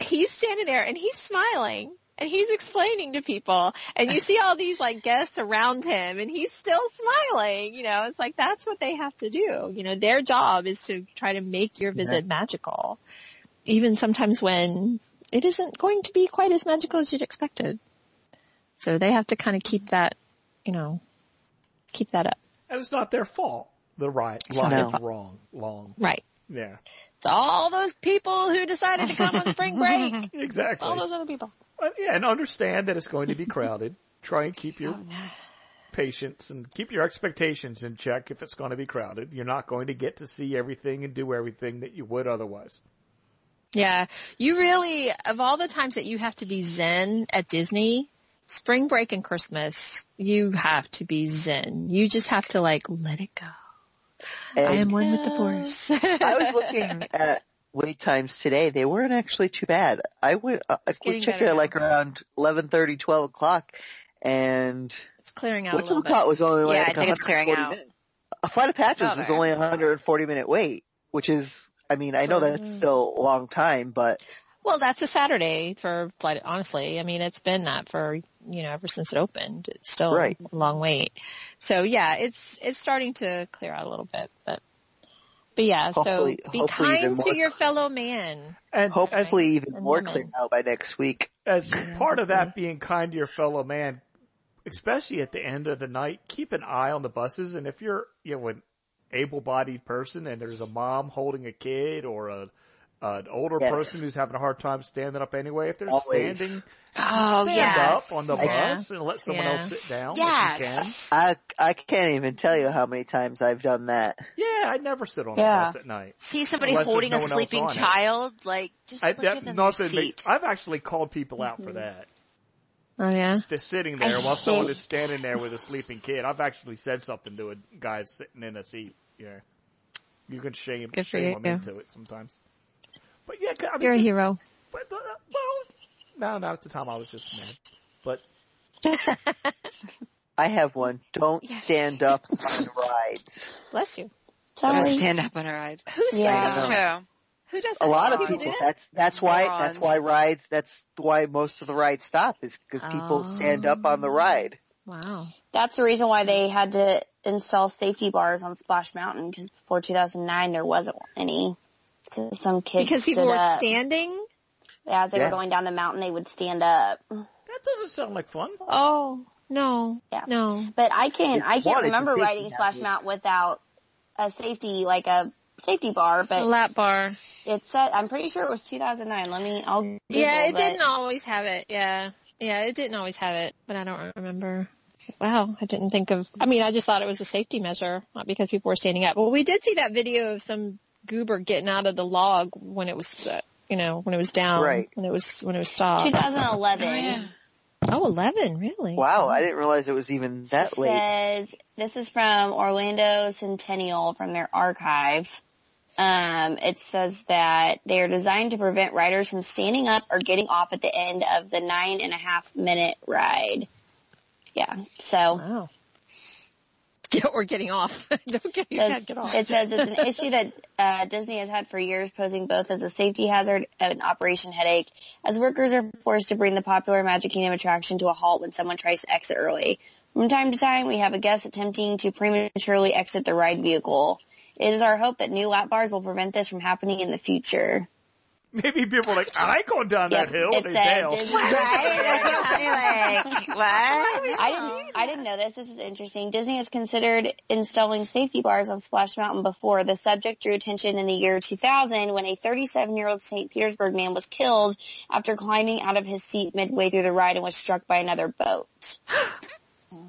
Speaker 1: he's standing there and he's smiling and he's explaining to people and you see all these like guests around him and he's still smiling, you know, it's like that's what they have to do. You know, their job is to try to make your visit magical. Even sometimes when it isn't going to be quite as magical as you'd expected. So they have to kind of keep that, you know, keep that up.
Speaker 3: And it's not their fault. The right
Speaker 4: not their
Speaker 3: line
Speaker 4: fault.
Speaker 3: wrong, long.
Speaker 1: Right.
Speaker 3: Yeah,
Speaker 1: It's all those people who decided to come on spring break. It's
Speaker 3: exactly.
Speaker 1: all those other people.
Speaker 3: Uh, yeah, and understand that it's going to be crowded. Try and keep
Speaker 1: Oh,
Speaker 3: your patience and keep your expectations in check if it's going to be crowded. You're not going to get to see everything and do everything that you would otherwise.
Speaker 1: Yeah. You really, of all the times that you have to be zen at Disney, spring break and Christmas, you have to be zen. You just have to like, let it go. I am
Speaker 4: And
Speaker 1: one with the force.
Speaker 4: I was looking at wait times today. They weren't actually too bad. I went, uh, I
Speaker 1: getting
Speaker 4: checked
Speaker 1: better now.
Speaker 4: it at like around 11.30, 12 o'clock and
Speaker 1: it's clearing out a
Speaker 4: What
Speaker 1: little
Speaker 4: you
Speaker 1: bit.
Speaker 4: thought was only
Speaker 6: Yeah,
Speaker 4: like
Speaker 6: I think it's clearing
Speaker 4: 140
Speaker 6: out.
Speaker 4: minutes. A flight of patches
Speaker 6: Oh,
Speaker 4: is
Speaker 6: there.
Speaker 4: only a 140 minute wait, which is, I mean, I know
Speaker 1: Mm.
Speaker 4: that's still a long time, but
Speaker 1: Well, that's a Saturday for flight. Honestly, I mean, it's been that for you know ever since it opened. It's still
Speaker 4: Right.
Speaker 1: a long wait. So yeah, it's it's starting to clear out a little bit, but but yeah.
Speaker 4: Hopefully-
Speaker 1: so be
Speaker 4: hopefully even
Speaker 1: kind to
Speaker 4: more-
Speaker 1: your fellow man.
Speaker 3: And
Speaker 4: hopefully even
Speaker 1: And
Speaker 4: more
Speaker 1: women.
Speaker 4: cleared out by next week.
Speaker 3: as part of that being kind to your fellow man, especially at the end of the night, keep an eye on the buses. And if you're, you know, an able-bodied person and there's a mom holding a kid or a, an older
Speaker 4: Yes.
Speaker 3: person who's having a hard time standing up anyway, if there's
Speaker 4: Always.
Speaker 3: standing,
Speaker 6: Oh,
Speaker 3: stand
Speaker 6: yes.
Speaker 3: up on the
Speaker 1: Yeah.
Speaker 3: bus and let someone else
Speaker 1: Yes.
Speaker 3: sit down. if you can.
Speaker 6: Yes.
Speaker 4: I, I can't even tell you how many times I've done that.
Speaker 3: Yeah, I never sit on
Speaker 8: Yeah.
Speaker 3: a bus at night.
Speaker 6: See somebody
Speaker 3: Unless there's
Speaker 6: holding
Speaker 3: no
Speaker 6: a
Speaker 3: one else
Speaker 6: sleeping
Speaker 3: on it.
Speaker 6: child, like just
Speaker 3: I,
Speaker 6: like, give
Speaker 3: that,
Speaker 6: them their
Speaker 3: nothing makes,
Speaker 6: seat. Mm-hmm.
Speaker 3: I've actually called people out for that.
Speaker 1: Oh yeah.
Speaker 3: Just sitting there
Speaker 6: I
Speaker 3: while someone
Speaker 6: hate
Speaker 3: is standing there with a sleeping kid. I've actually said something to a guy sitting in a seat. Yeah, you can shame
Speaker 1: Good for
Speaker 3: shame
Speaker 1: you.
Speaker 3: them into it sometimes. But yeah, I mean,
Speaker 1: You're a
Speaker 3: just-
Speaker 1: hero.
Speaker 3: but, uh, well, no, not at the time. I was just mad. But
Speaker 4: I have one. Don't stand up on rides.
Speaker 1: Bless you.
Speaker 6: Don't
Speaker 8: Sorry.
Speaker 6: stand up on a ride.
Speaker 1: Who stands
Speaker 8: Yeah.
Speaker 1: up?
Speaker 6: That's true.
Speaker 1: Who does that?
Speaker 4: A lot of
Speaker 1: People do
Speaker 4: people.
Speaker 1: that?
Speaker 4: That's that's why
Speaker 6: Morons.
Speaker 4: that's why rides. That's why most of the rides stop is because people stand up on the
Speaker 7: Oh.
Speaker 4: ride.
Speaker 1: Wow.
Speaker 7: That's the reason why they had to install safety bars on Splash Mountain because before 2009 there wasn't any. 'Cause some kids
Speaker 1: Because people
Speaker 7: stood
Speaker 1: were
Speaker 7: up.
Speaker 1: standing.
Speaker 7: as they
Speaker 4: Yeah.
Speaker 7: were going down the mountain they would stand up.
Speaker 3: that doesn't sound like fun.
Speaker 1: Oh no.
Speaker 7: Yeah.
Speaker 1: No.
Speaker 7: But I can
Speaker 4: It's
Speaker 7: I
Speaker 4: one, it's
Speaker 7: can't
Speaker 4: a
Speaker 7: remember
Speaker 4: safety
Speaker 7: riding Splash
Speaker 4: hazard.
Speaker 7: Mountain without a safety like a safety bar,
Speaker 1: A
Speaker 7: but
Speaker 1: lap bar.
Speaker 7: it said I'm pretty sure it was 2009. Let me I'll Google
Speaker 1: Yeah, it
Speaker 7: but-
Speaker 1: didn't always have it. Yeah. Yeah, it didn't always have it, but I don't remember. Wow, I didn't think of, I mean, I just thought it was a safety measure, not because people were standing up. Well, we did see that video of some goober getting out of the log when it was, uh, you know, when it was down,
Speaker 4: Right.
Speaker 1: when it was, when it was stopped.
Speaker 7: 2011.
Speaker 1: Oh, 11, really?
Speaker 4: Wow, I didn't realize it was even that
Speaker 7: It
Speaker 4: late.
Speaker 7: says this is from Orlando Centennial from their archive. Um, it says that they are designed to prevent riders from standing up or getting off at the end of the nine and a half minute ride. Yeah, so
Speaker 1: Wow. Get, or getting off. don't get,
Speaker 7: It says-
Speaker 1: get off.
Speaker 7: It says it's an issue that uh, Disney has had for years, posing both as a safety hazard and an operation headache, as workers are forced to bring the popular Magic Kingdom attraction to a halt when someone tries to exit early. From time to time, we have a guest attempting to prematurely exit the ride vehicle. It is our hope that new lap bars will prevent this from happening in the future.
Speaker 3: Maybe people are like, I ain't going down that
Speaker 7: Yep,
Speaker 3: hill.
Speaker 7: it
Speaker 3: They
Speaker 7: said
Speaker 3: bail.
Speaker 7: Disney-
Speaker 6: Right? Like, what?
Speaker 7: I didn't, I didn't know this. This is interesting. Disney has considered installing safety bars on Splash Mountain before. The subject drew attention in the year 2000 when a 37-year-old St. Petersburg man was killed after climbing out of his seat midway through the ride and was struck by another boat.
Speaker 3: Well,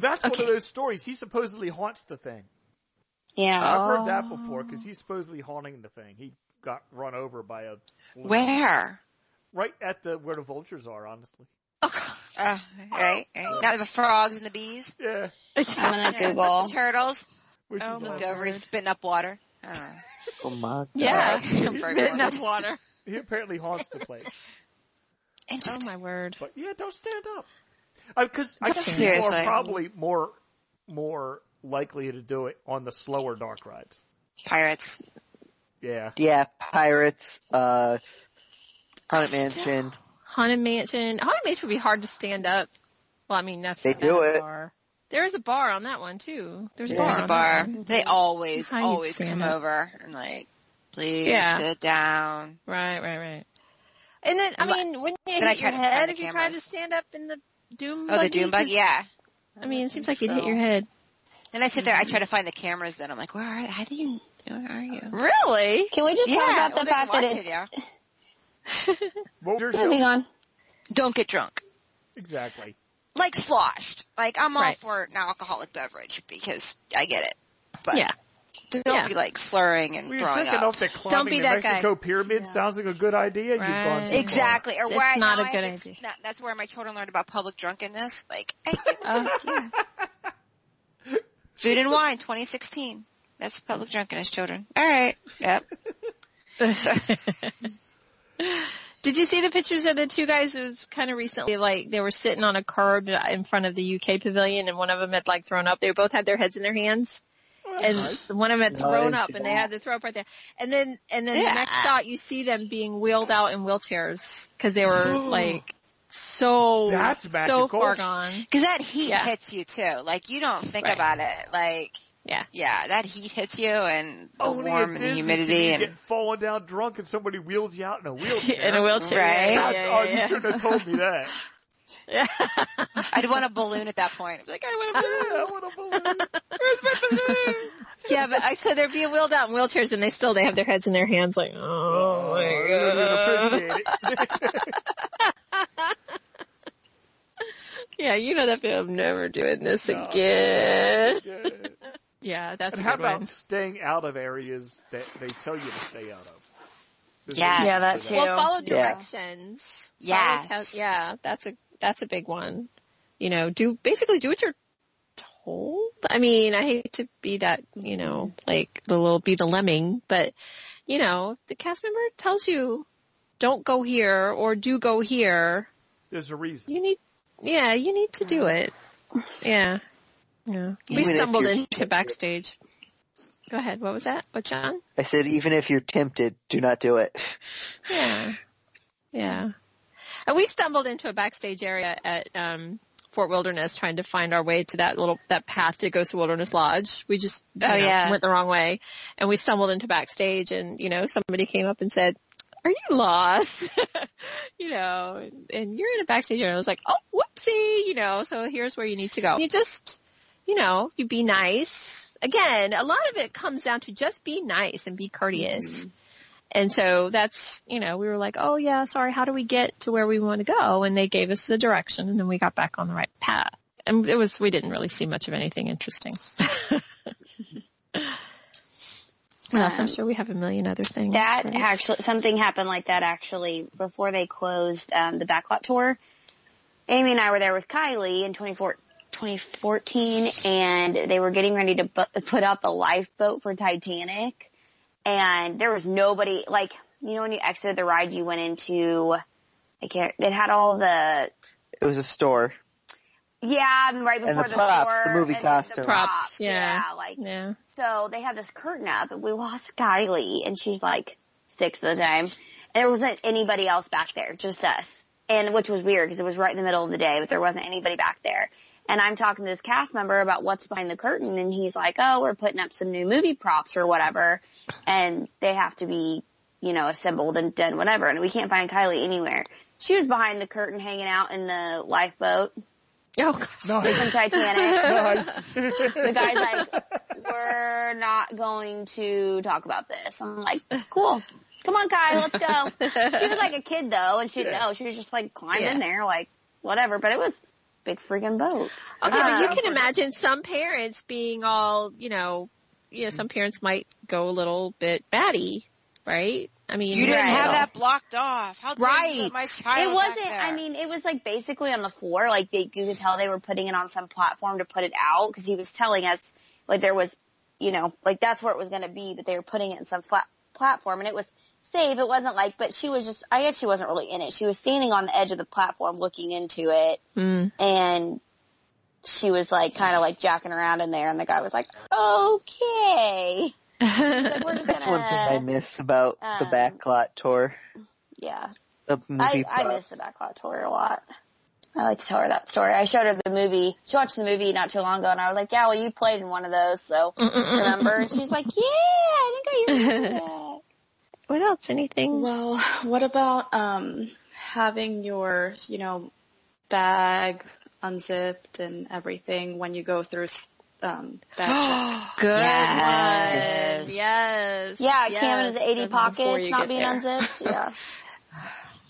Speaker 3: that's one of those stories. He supposedly haunts the thing.
Speaker 7: Yeah.
Speaker 3: I've heard that before
Speaker 1: Oh.
Speaker 3: because he's supposedly haunting the thing. He got run over by a flu.
Speaker 6: Where?
Speaker 3: right at the where the vultures are. Honestly,
Speaker 6: Uh, right, right. Not the frogs and the bees.
Speaker 3: yeah,
Speaker 7: I'm gonna Google.
Speaker 6: Turtles.
Speaker 3: which
Speaker 6: Oh,
Speaker 3: is
Speaker 6: moved
Speaker 3: awful.
Speaker 6: over. He's spitting up wawater. Uh,
Speaker 4: Oh my god.
Speaker 1: Yeah.
Speaker 3: He's
Speaker 1: Spitting up water.
Speaker 3: he apparently haunts the place.
Speaker 1: Oh
Speaker 6: Interesting.
Speaker 1: my word.
Speaker 3: But yeah, don't stand up. Because I, think people
Speaker 6: Seriously.
Speaker 3: are probably more more likely to do it on the slower dark rides.
Speaker 6: Pirates.
Speaker 3: Yeah,
Speaker 4: Yeah, pirates, uh, Haunted Mansion.
Speaker 1: Haunted Mansion. Haunted Mansion would be hard to stand up. Well, I mean, that's
Speaker 4: They
Speaker 1: that
Speaker 4: do it.
Speaker 1: Bar. There is a bar on that one too. There's a bar.
Speaker 6: There's a
Speaker 1: on that
Speaker 6: bar.
Speaker 1: one.
Speaker 6: They always,
Speaker 1: How you'd
Speaker 6: always
Speaker 1: stand
Speaker 6: come
Speaker 1: up.
Speaker 6: over and like, please
Speaker 1: Yeah.
Speaker 6: sit down.
Speaker 1: Right, right, right. And then I
Speaker 6: Li-
Speaker 1: mean, wouldn't you
Speaker 6: Then I
Speaker 1: hit your
Speaker 6: tried to find
Speaker 1: head
Speaker 6: the
Speaker 1: if you tried to
Speaker 6: cameras.
Speaker 1: stand up in the doom?
Speaker 6: Oh, the doom bug. Yeah.
Speaker 1: I mean, it seems like you'd hit
Speaker 6: So-
Speaker 1: your head.
Speaker 6: Then I sit there. I try to find the cameras. Then I'm like, where are? How do you? Where are you?
Speaker 1: Really?
Speaker 7: Can we just
Speaker 6: Yeah.
Speaker 7: talk about
Speaker 6: well,
Speaker 7: the
Speaker 6: they can
Speaker 7: fact that
Speaker 6: watch
Speaker 7: it's
Speaker 6: it, yeah.
Speaker 3: what was your
Speaker 7: moving
Speaker 3: show?
Speaker 7: on?
Speaker 6: Don't get drunk.
Speaker 3: Exactly.
Speaker 6: Like sloshed. Like I'm all
Speaker 1: Right.
Speaker 6: for an alcoholic beverage because I get it. But
Speaker 1: Yeah.
Speaker 6: don't
Speaker 1: Yeah.
Speaker 6: be like slurring and
Speaker 3: We were
Speaker 6: throwing
Speaker 3: thinking
Speaker 6: up.
Speaker 3: of that climbing
Speaker 1: be
Speaker 3: the
Speaker 1: that guy.
Speaker 3: Mexico pyramid sounds like a good idea. You've gone
Speaker 1: Right.
Speaker 3: too far.
Speaker 6: Exactly. Or
Speaker 1: It's
Speaker 6: why
Speaker 1: not
Speaker 6: now
Speaker 1: a
Speaker 6: I
Speaker 1: good
Speaker 6: have to-
Speaker 1: idea.
Speaker 6: that- that's where my children learned about public drunkenness. Like, I get-
Speaker 1: Uh,
Speaker 6: food and wine, 2016. That's public drunkenness, children. All right. Yep.
Speaker 1: Did you see the pictures of the two guys who was kind of recently like they were sitting on a curb in front of the UK pavilion and one of them had like thrown up. They both had their heads in their hands. And one of them had thrown
Speaker 4: Nice.
Speaker 1: up and they had to throw up right there. And then, and then
Speaker 6: Yeah.
Speaker 1: the next shot you see them being wheeled out in wheelchairs because they were like so,
Speaker 3: That's
Speaker 1: so
Speaker 3: magical.
Speaker 1: far gone.
Speaker 6: Cause that heat
Speaker 1: Yeah.
Speaker 6: hits you too. Like you don't think
Speaker 1: Right.
Speaker 6: about it. Like,
Speaker 1: Yeah.
Speaker 6: yeah, that heat hits you and the
Speaker 3: Only at
Speaker 6: warm and the
Speaker 3: Disney
Speaker 6: humidity
Speaker 3: can you
Speaker 6: and
Speaker 3: get falling down drunk and somebody wheels you out in a wheelchair.
Speaker 1: In a wheelchair.
Speaker 6: Right?
Speaker 1: Yeah,
Speaker 3: That's,
Speaker 1: yeah,
Speaker 3: oh, you
Speaker 1: yeah,
Speaker 3: shouldn't have told me that.
Speaker 1: yeah.
Speaker 6: I'd want a balloon at that point. I'd be like, I want a balloon.
Speaker 3: Yeah, I want a balloon.
Speaker 1: Yeah, but I, so they're being wheeled out in wheelchairs and they still, they have their heads in their hands like, oh
Speaker 3: I
Speaker 1: my god.
Speaker 3: really would appreciate it.
Speaker 1: Yeah, you know that film. I'm never doing this
Speaker 3: No.
Speaker 1: again.
Speaker 3: Yeah.
Speaker 1: Yeah, that's
Speaker 3: And
Speaker 1: a
Speaker 3: how
Speaker 1: good
Speaker 3: about
Speaker 1: one.
Speaker 3: staying out of areas that they tell you to stay out of? There's a
Speaker 6: Yes.
Speaker 3: reason
Speaker 6: Yeah,
Speaker 3: for
Speaker 6: that too.
Speaker 1: Well, follow
Speaker 4: Yeah.
Speaker 1: directions. Follow
Speaker 6: Yes.
Speaker 1: cal- yeah, that's a that's a big one. You know, do basically do what you're told. I mean, I hate to be that, you know, like the little be the lemming, but you know, the cast member tells you don't go here or do go here.
Speaker 3: There's a reason.
Speaker 1: You need, yeah, you need to do it. Yeah. Yeah. We
Speaker 4: Even if
Speaker 1: stumbled
Speaker 4: you're
Speaker 1: into
Speaker 4: tempted.
Speaker 1: backstage. Go ahead. What was that? What, John?
Speaker 4: I said, even if you're tempted, do not do it.
Speaker 1: Yeah. Yeah. And we stumbled into a backstage area at, um, Fort Wilderness trying to find our way to that little, that path that goes to Wilderness Lodge. We just you
Speaker 6: Oh,
Speaker 1: know,
Speaker 6: yeah.
Speaker 1: went the wrong way and we stumbled into backstage and, you know, somebody came up and said, are you lost? you know, and, and you're in a backstage area. And I was like, oh, whoopsie, you know, so here's where you need to go. You just, you know, you be nice. Again, a lot of it comes down to just be nice and be courteous. And so that's, you know, we were like, oh yeah, sorry, how do we get to where we want to go? And they gave us the direction and then we got back on the right path. And it was, we didn't really see much of anything interesting. What else? I'm
Speaker 7: Um,
Speaker 1: sure we have a million other things.
Speaker 7: That
Speaker 1: right?
Speaker 7: actually, something happened like that actually before they closed um, the backlot tour. Amy and I were there with Kylie in 24 2014 and they were getting ready to bu- put out the lifeboat for Titanic and there was nobody, like, you know when you exited the ride you went into, I can't, it had all the,
Speaker 4: It was a store.
Speaker 7: yeah, right
Speaker 4: the
Speaker 7: before the,
Speaker 4: props,
Speaker 7: store.
Speaker 4: the movie
Speaker 7: and
Speaker 4: costumes.
Speaker 1: Props, yeah.
Speaker 7: yeah, like,
Speaker 1: yeah.
Speaker 7: so they had this curtain up and we lost Kylie and she's like six at the time. And there wasn't anybody else back there, just us. And which was weird because it was right in the middle of the day, but there wasn't anybody back there. And I'm talking to this cast member about what's behind the curtain and he's like, oh, we're putting up some new movie props or whatever and they have to be, you know, assembled and done whatever and we can't find Kylie anywhere. She was behind the curtain hanging out in the lifeboat
Speaker 1: Oh gosh.
Speaker 7: from Titanic.
Speaker 3: Nice.
Speaker 7: the guy's like, we're not going to talk about this. I'm like, cool. Come on, Kai, let's go. She was like a kid though, and she
Speaker 3: Yeah.
Speaker 7: no, she was just like climbed
Speaker 1: Yeah.
Speaker 7: in there, like whatever. But it was a big freaking boat.
Speaker 1: Okay, but
Speaker 7: Um,
Speaker 1: you can imagine some parents being all, you know, you know, some
Speaker 8: Mm-hmm.
Speaker 1: parents might go a little bit batty, right? I mean,
Speaker 6: You didn't
Speaker 7: Right.
Speaker 6: have that blocked off. How dare you
Speaker 1: Right.
Speaker 6: put my
Speaker 1: It
Speaker 6: child
Speaker 7: it
Speaker 6: back
Speaker 7: wasn't.
Speaker 6: there?
Speaker 7: I mean, it was like basically on the floor. Like they, you could tell they were putting it on some platform to put it out because he was telling us like there was, you know, like that's where it was going to be, but they were putting it in some flat platform and it was safe. It wasn't like, but she was just. I guess she wasn't really in it. She was standing on the edge of the platform looking into it,
Speaker 1: Mm.
Speaker 7: and she was like kind of like jacking around in there, and the guy was like, "Okay,
Speaker 8: Mm.
Speaker 7: like, we're just
Speaker 4: That's one thing I
Speaker 7: gonna."
Speaker 4: miss about the
Speaker 7: um,
Speaker 4: backlot tour.
Speaker 7: Yeah.
Speaker 4: The movie
Speaker 7: I, I
Speaker 4: prop.
Speaker 7: miss the backlot tour a lot. I like to tell her that story. I showed her the movie. She watched the movie not too long ago and I was like, yeah, well you played in one of those, so remember? And she's like, yeah, I think I remember that.
Speaker 1: What else? Anything?
Speaker 8: Well, what about um having your, you know, bag unzipped and everything when you go through um bag check?
Speaker 1: Good
Speaker 7: Yes.
Speaker 1: one. Yes.
Speaker 7: Yeah,
Speaker 1: yes.
Speaker 7: Cam and his 80
Speaker 8: Good one before
Speaker 7: pockets
Speaker 8: you
Speaker 7: not
Speaker 8: get
Speaker 7: being
Speaker 8: there.
Speaker 7: unzipped. Yeah.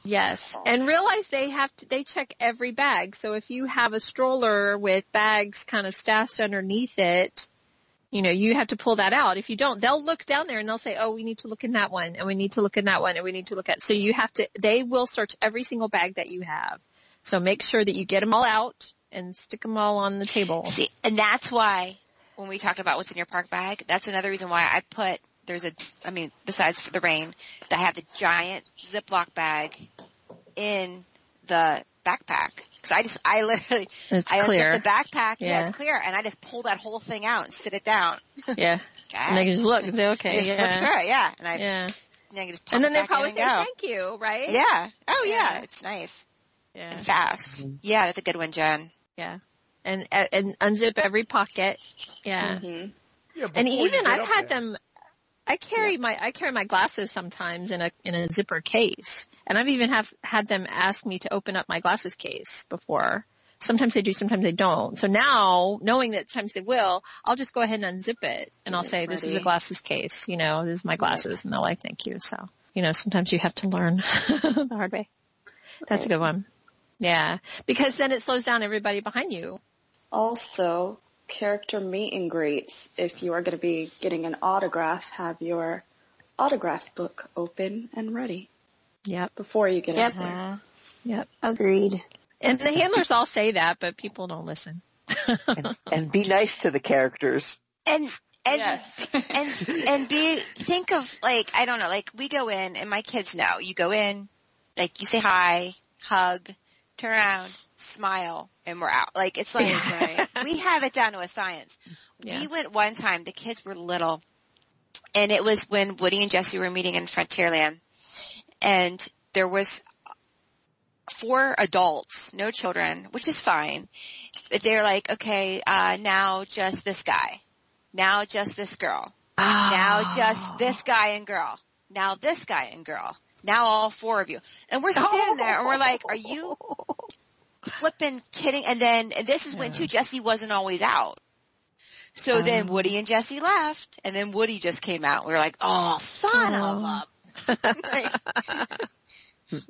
Speaker 1: Yes.
Speaker 6: Oh.
Speaker 1: And realize they have to, they check every bag. So if you have a stroller with bags kind of stashed underneath it, you know, you have to pull that out. If you don't, they'll look down there and they'll say, oh, we need to look in that one and we need to look in that one and we need to look at, so you have to, they will search every single bag that you have. So make sure that you get them all out and stick them all on the table.
Speaker 6: See, and that's why when we talked about what's in your park bag, that's another reason why I put there's a I mean besides for the rain, that I have the giant Ziploc bag in the backpack because I just I literally
Speaker 1: It's
Speaker 6: I
Speaker 1: clear.
Speaker 6: unzip the backpack, yeah.
Speaker 1: Yeah.
Speaker 6: it's clear, and I just pull that whole thing out and sit it down.
Speaker 1: yeah. And they
Speaker 6: Okay.
Speaker 1: can just look and say,
Speaker 6: It
Speaker 1: okay.
Speaker 6: just
Speaker 1: yeah.
Speaker 6: flips through it, yeah, and I,
Speaker 1: Yeah.
Speaker 6: and I can just pop
Speaker 1: And then
Speaker 6: it
Speaker 1: they
Speaker 6: back
Speaker 1: probably
Speaker 6: in
Speaker 1: say
Speaker 6: and
Speaker 1: thank you, right?
Speaker 6: go. Yeah. Oh yeah,
Speaker 1: Yeah.
Speaker 6: it's nice
Speaker 1: Yeah.
Speaker 6: and fast. Yeah, that's a good one, Jen.
Speaker 1: Yeah. And and unzip every pocket. Yeah.
Speaker 8: hmm
Speaker 3: Yeah,
Speaker 1: And
Speaker 3: before you
Speaker 1: even
Speaker 3: get
Speaker 1: I've
Speaker 3: up
Speaker 1: had
Speaker 3: there.
Speaker 1: them I carry my I carry my glasses sometimes in a in a zipper case. And I've even have had them ask me to open up my glasses case before. Sometimes they do, sometimes they don't. So now, knowing that sometimes they will, I'll just go ahead and unzip it and I'll
Speaker 8: Get it
Speaker 1: say, this is a
Speaker 8: ready.
Speaker 1: glasses case, you know, this is my glasses and they're like, thank you. So, you know, sometimes you have to learn the hard way. That's a good one. Yeah. Because then it slows down everybody behind you.
Speaker 8: Also, character meet and greets. If you are going to be getting an autograph, have your autograph book open and ready
Speaker 1: Yep.
Speaker 8: before you get
Speaker 7: Yep.
Speaker 8: out there.
Speaker 1: Yep.
Speaker 7: Agreed.
Speaker 1: And the handlers all say that, but people don't listen.
Speaker 4: And, and be nice to the characters.
Speaker 6: And and and
Speaker 4: That's
Speaker 6: and be think of like I don't know, like we go in and my kids know. You go in, like you say hi, hug, turn around, smile, and we're out. Like it's like
Speaker 8: Right.
Speaker 6: we have it down to a science.
Speaker 1: Yeah.
Speaker 6: We went one time, the kids were little, and it was when Woody and Jesse were meeting in Frontierland, and there was four adults, no children, which is fine. But they're like, okay, uh, now just this guy, now just this girl, now just this guy and girl, now this guy and girl, now all four of you, and we're standing there and we're like, are you flipping kidding? And then and this is when too Jesse wasn't always out. So then Woody and Jesse left, and then Woody just came out. We were like, "Oh, son of a!" Like,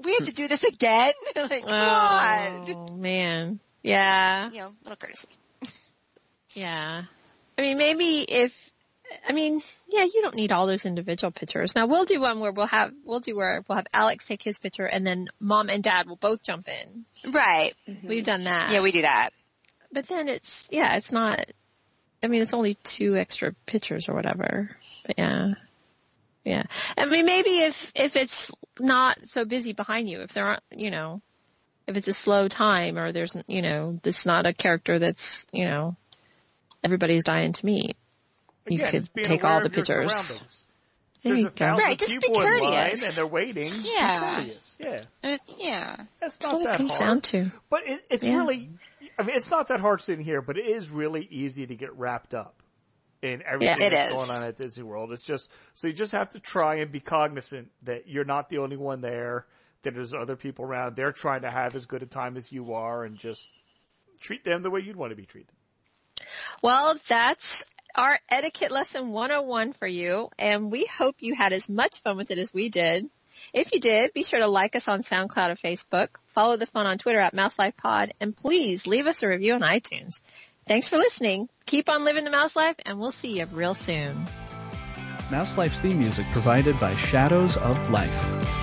Speaker 6: we have to do this again. like, come on,
Speaker 1: Oh man. Yeah.
Speaker 6: you know, little courtesy.
Speaker 1: Yeah. I mean, maybe if, I mean, yeah, you don't need all those individual pictures. Now we'll do one where we'll have, we'll do where we'll have Alex take his picture and then mom and dad will both jump in.
Speaker 6: Right?
Speaker 1: We've done that.
Speaker 6: Yeah, we do that.
Speaker 1: but then it's, yeah, it's not, I mean, it's only two extra pictures or whatever. But yeah. Yeah. I mean, maybe if, if it's not so busy behind you, if there aren't, you know, if it's a slow time or there's, you know, it's not a character that's, you know, everybody's dying to meet. You
Speaker 3: Again,
Speaker 1: could
Speaker 3: it's being
Speaker 1: take
Speaker 3: aware
Speaker 1: all the
Speaker 3: of your
Speaker 1: pictures.
Speaker 3: surroundings. If
Speaker 1: There
Speaker 3: There's
Speaker 1: you
Speaker 3: a
Speaker 1: go.
Speaker 3: thousand
Speaker 6: Right, just be
Speaker 3: people in line
Speaker 6: courteous.
Speaker 3: and they're waiting. Be
Speaker 6: Yeah.
Speaker 3: courteous. Yeah.
Speaker 6: Uh, yeah.
Speaker 3: That's
Speaker 1: That's
Speaker 3: not
Speaker 1: what it
Speaker 3: that
Speaker 1: comes
Speaker 3: hard.
Speaker 1: down to.
Speaker 3: But it, it's
Speaker 1: Yeah.
Speaker 3: really, I mean, it's not that hard sitting here, but it is really easy to get wrapped up in everything
Speaker 6: it
Speaker 3: that's
Speaker 6: is.
Speaker 3: going on at Disney World. It's just, so you just have to try and be cognizant that you're not the only one there, that there's other people around. They're trying to have as good a time as you are and just treat them the way you'd want to be treated.
Speaker 1: Well, that's our etiquette lesson 101 for you, and we hope you had as much fun with it as we did. If you did, be sure to like us on SoundCloud or Facebook, follow the fun on Twitter at MouseLifePod, and please leave us a review on iTunes. Thanks for listening. Keep on living the mouse life and we'll see you real soon.
Speaker 11: Mouse Life's theme music provided by Shadows of Life.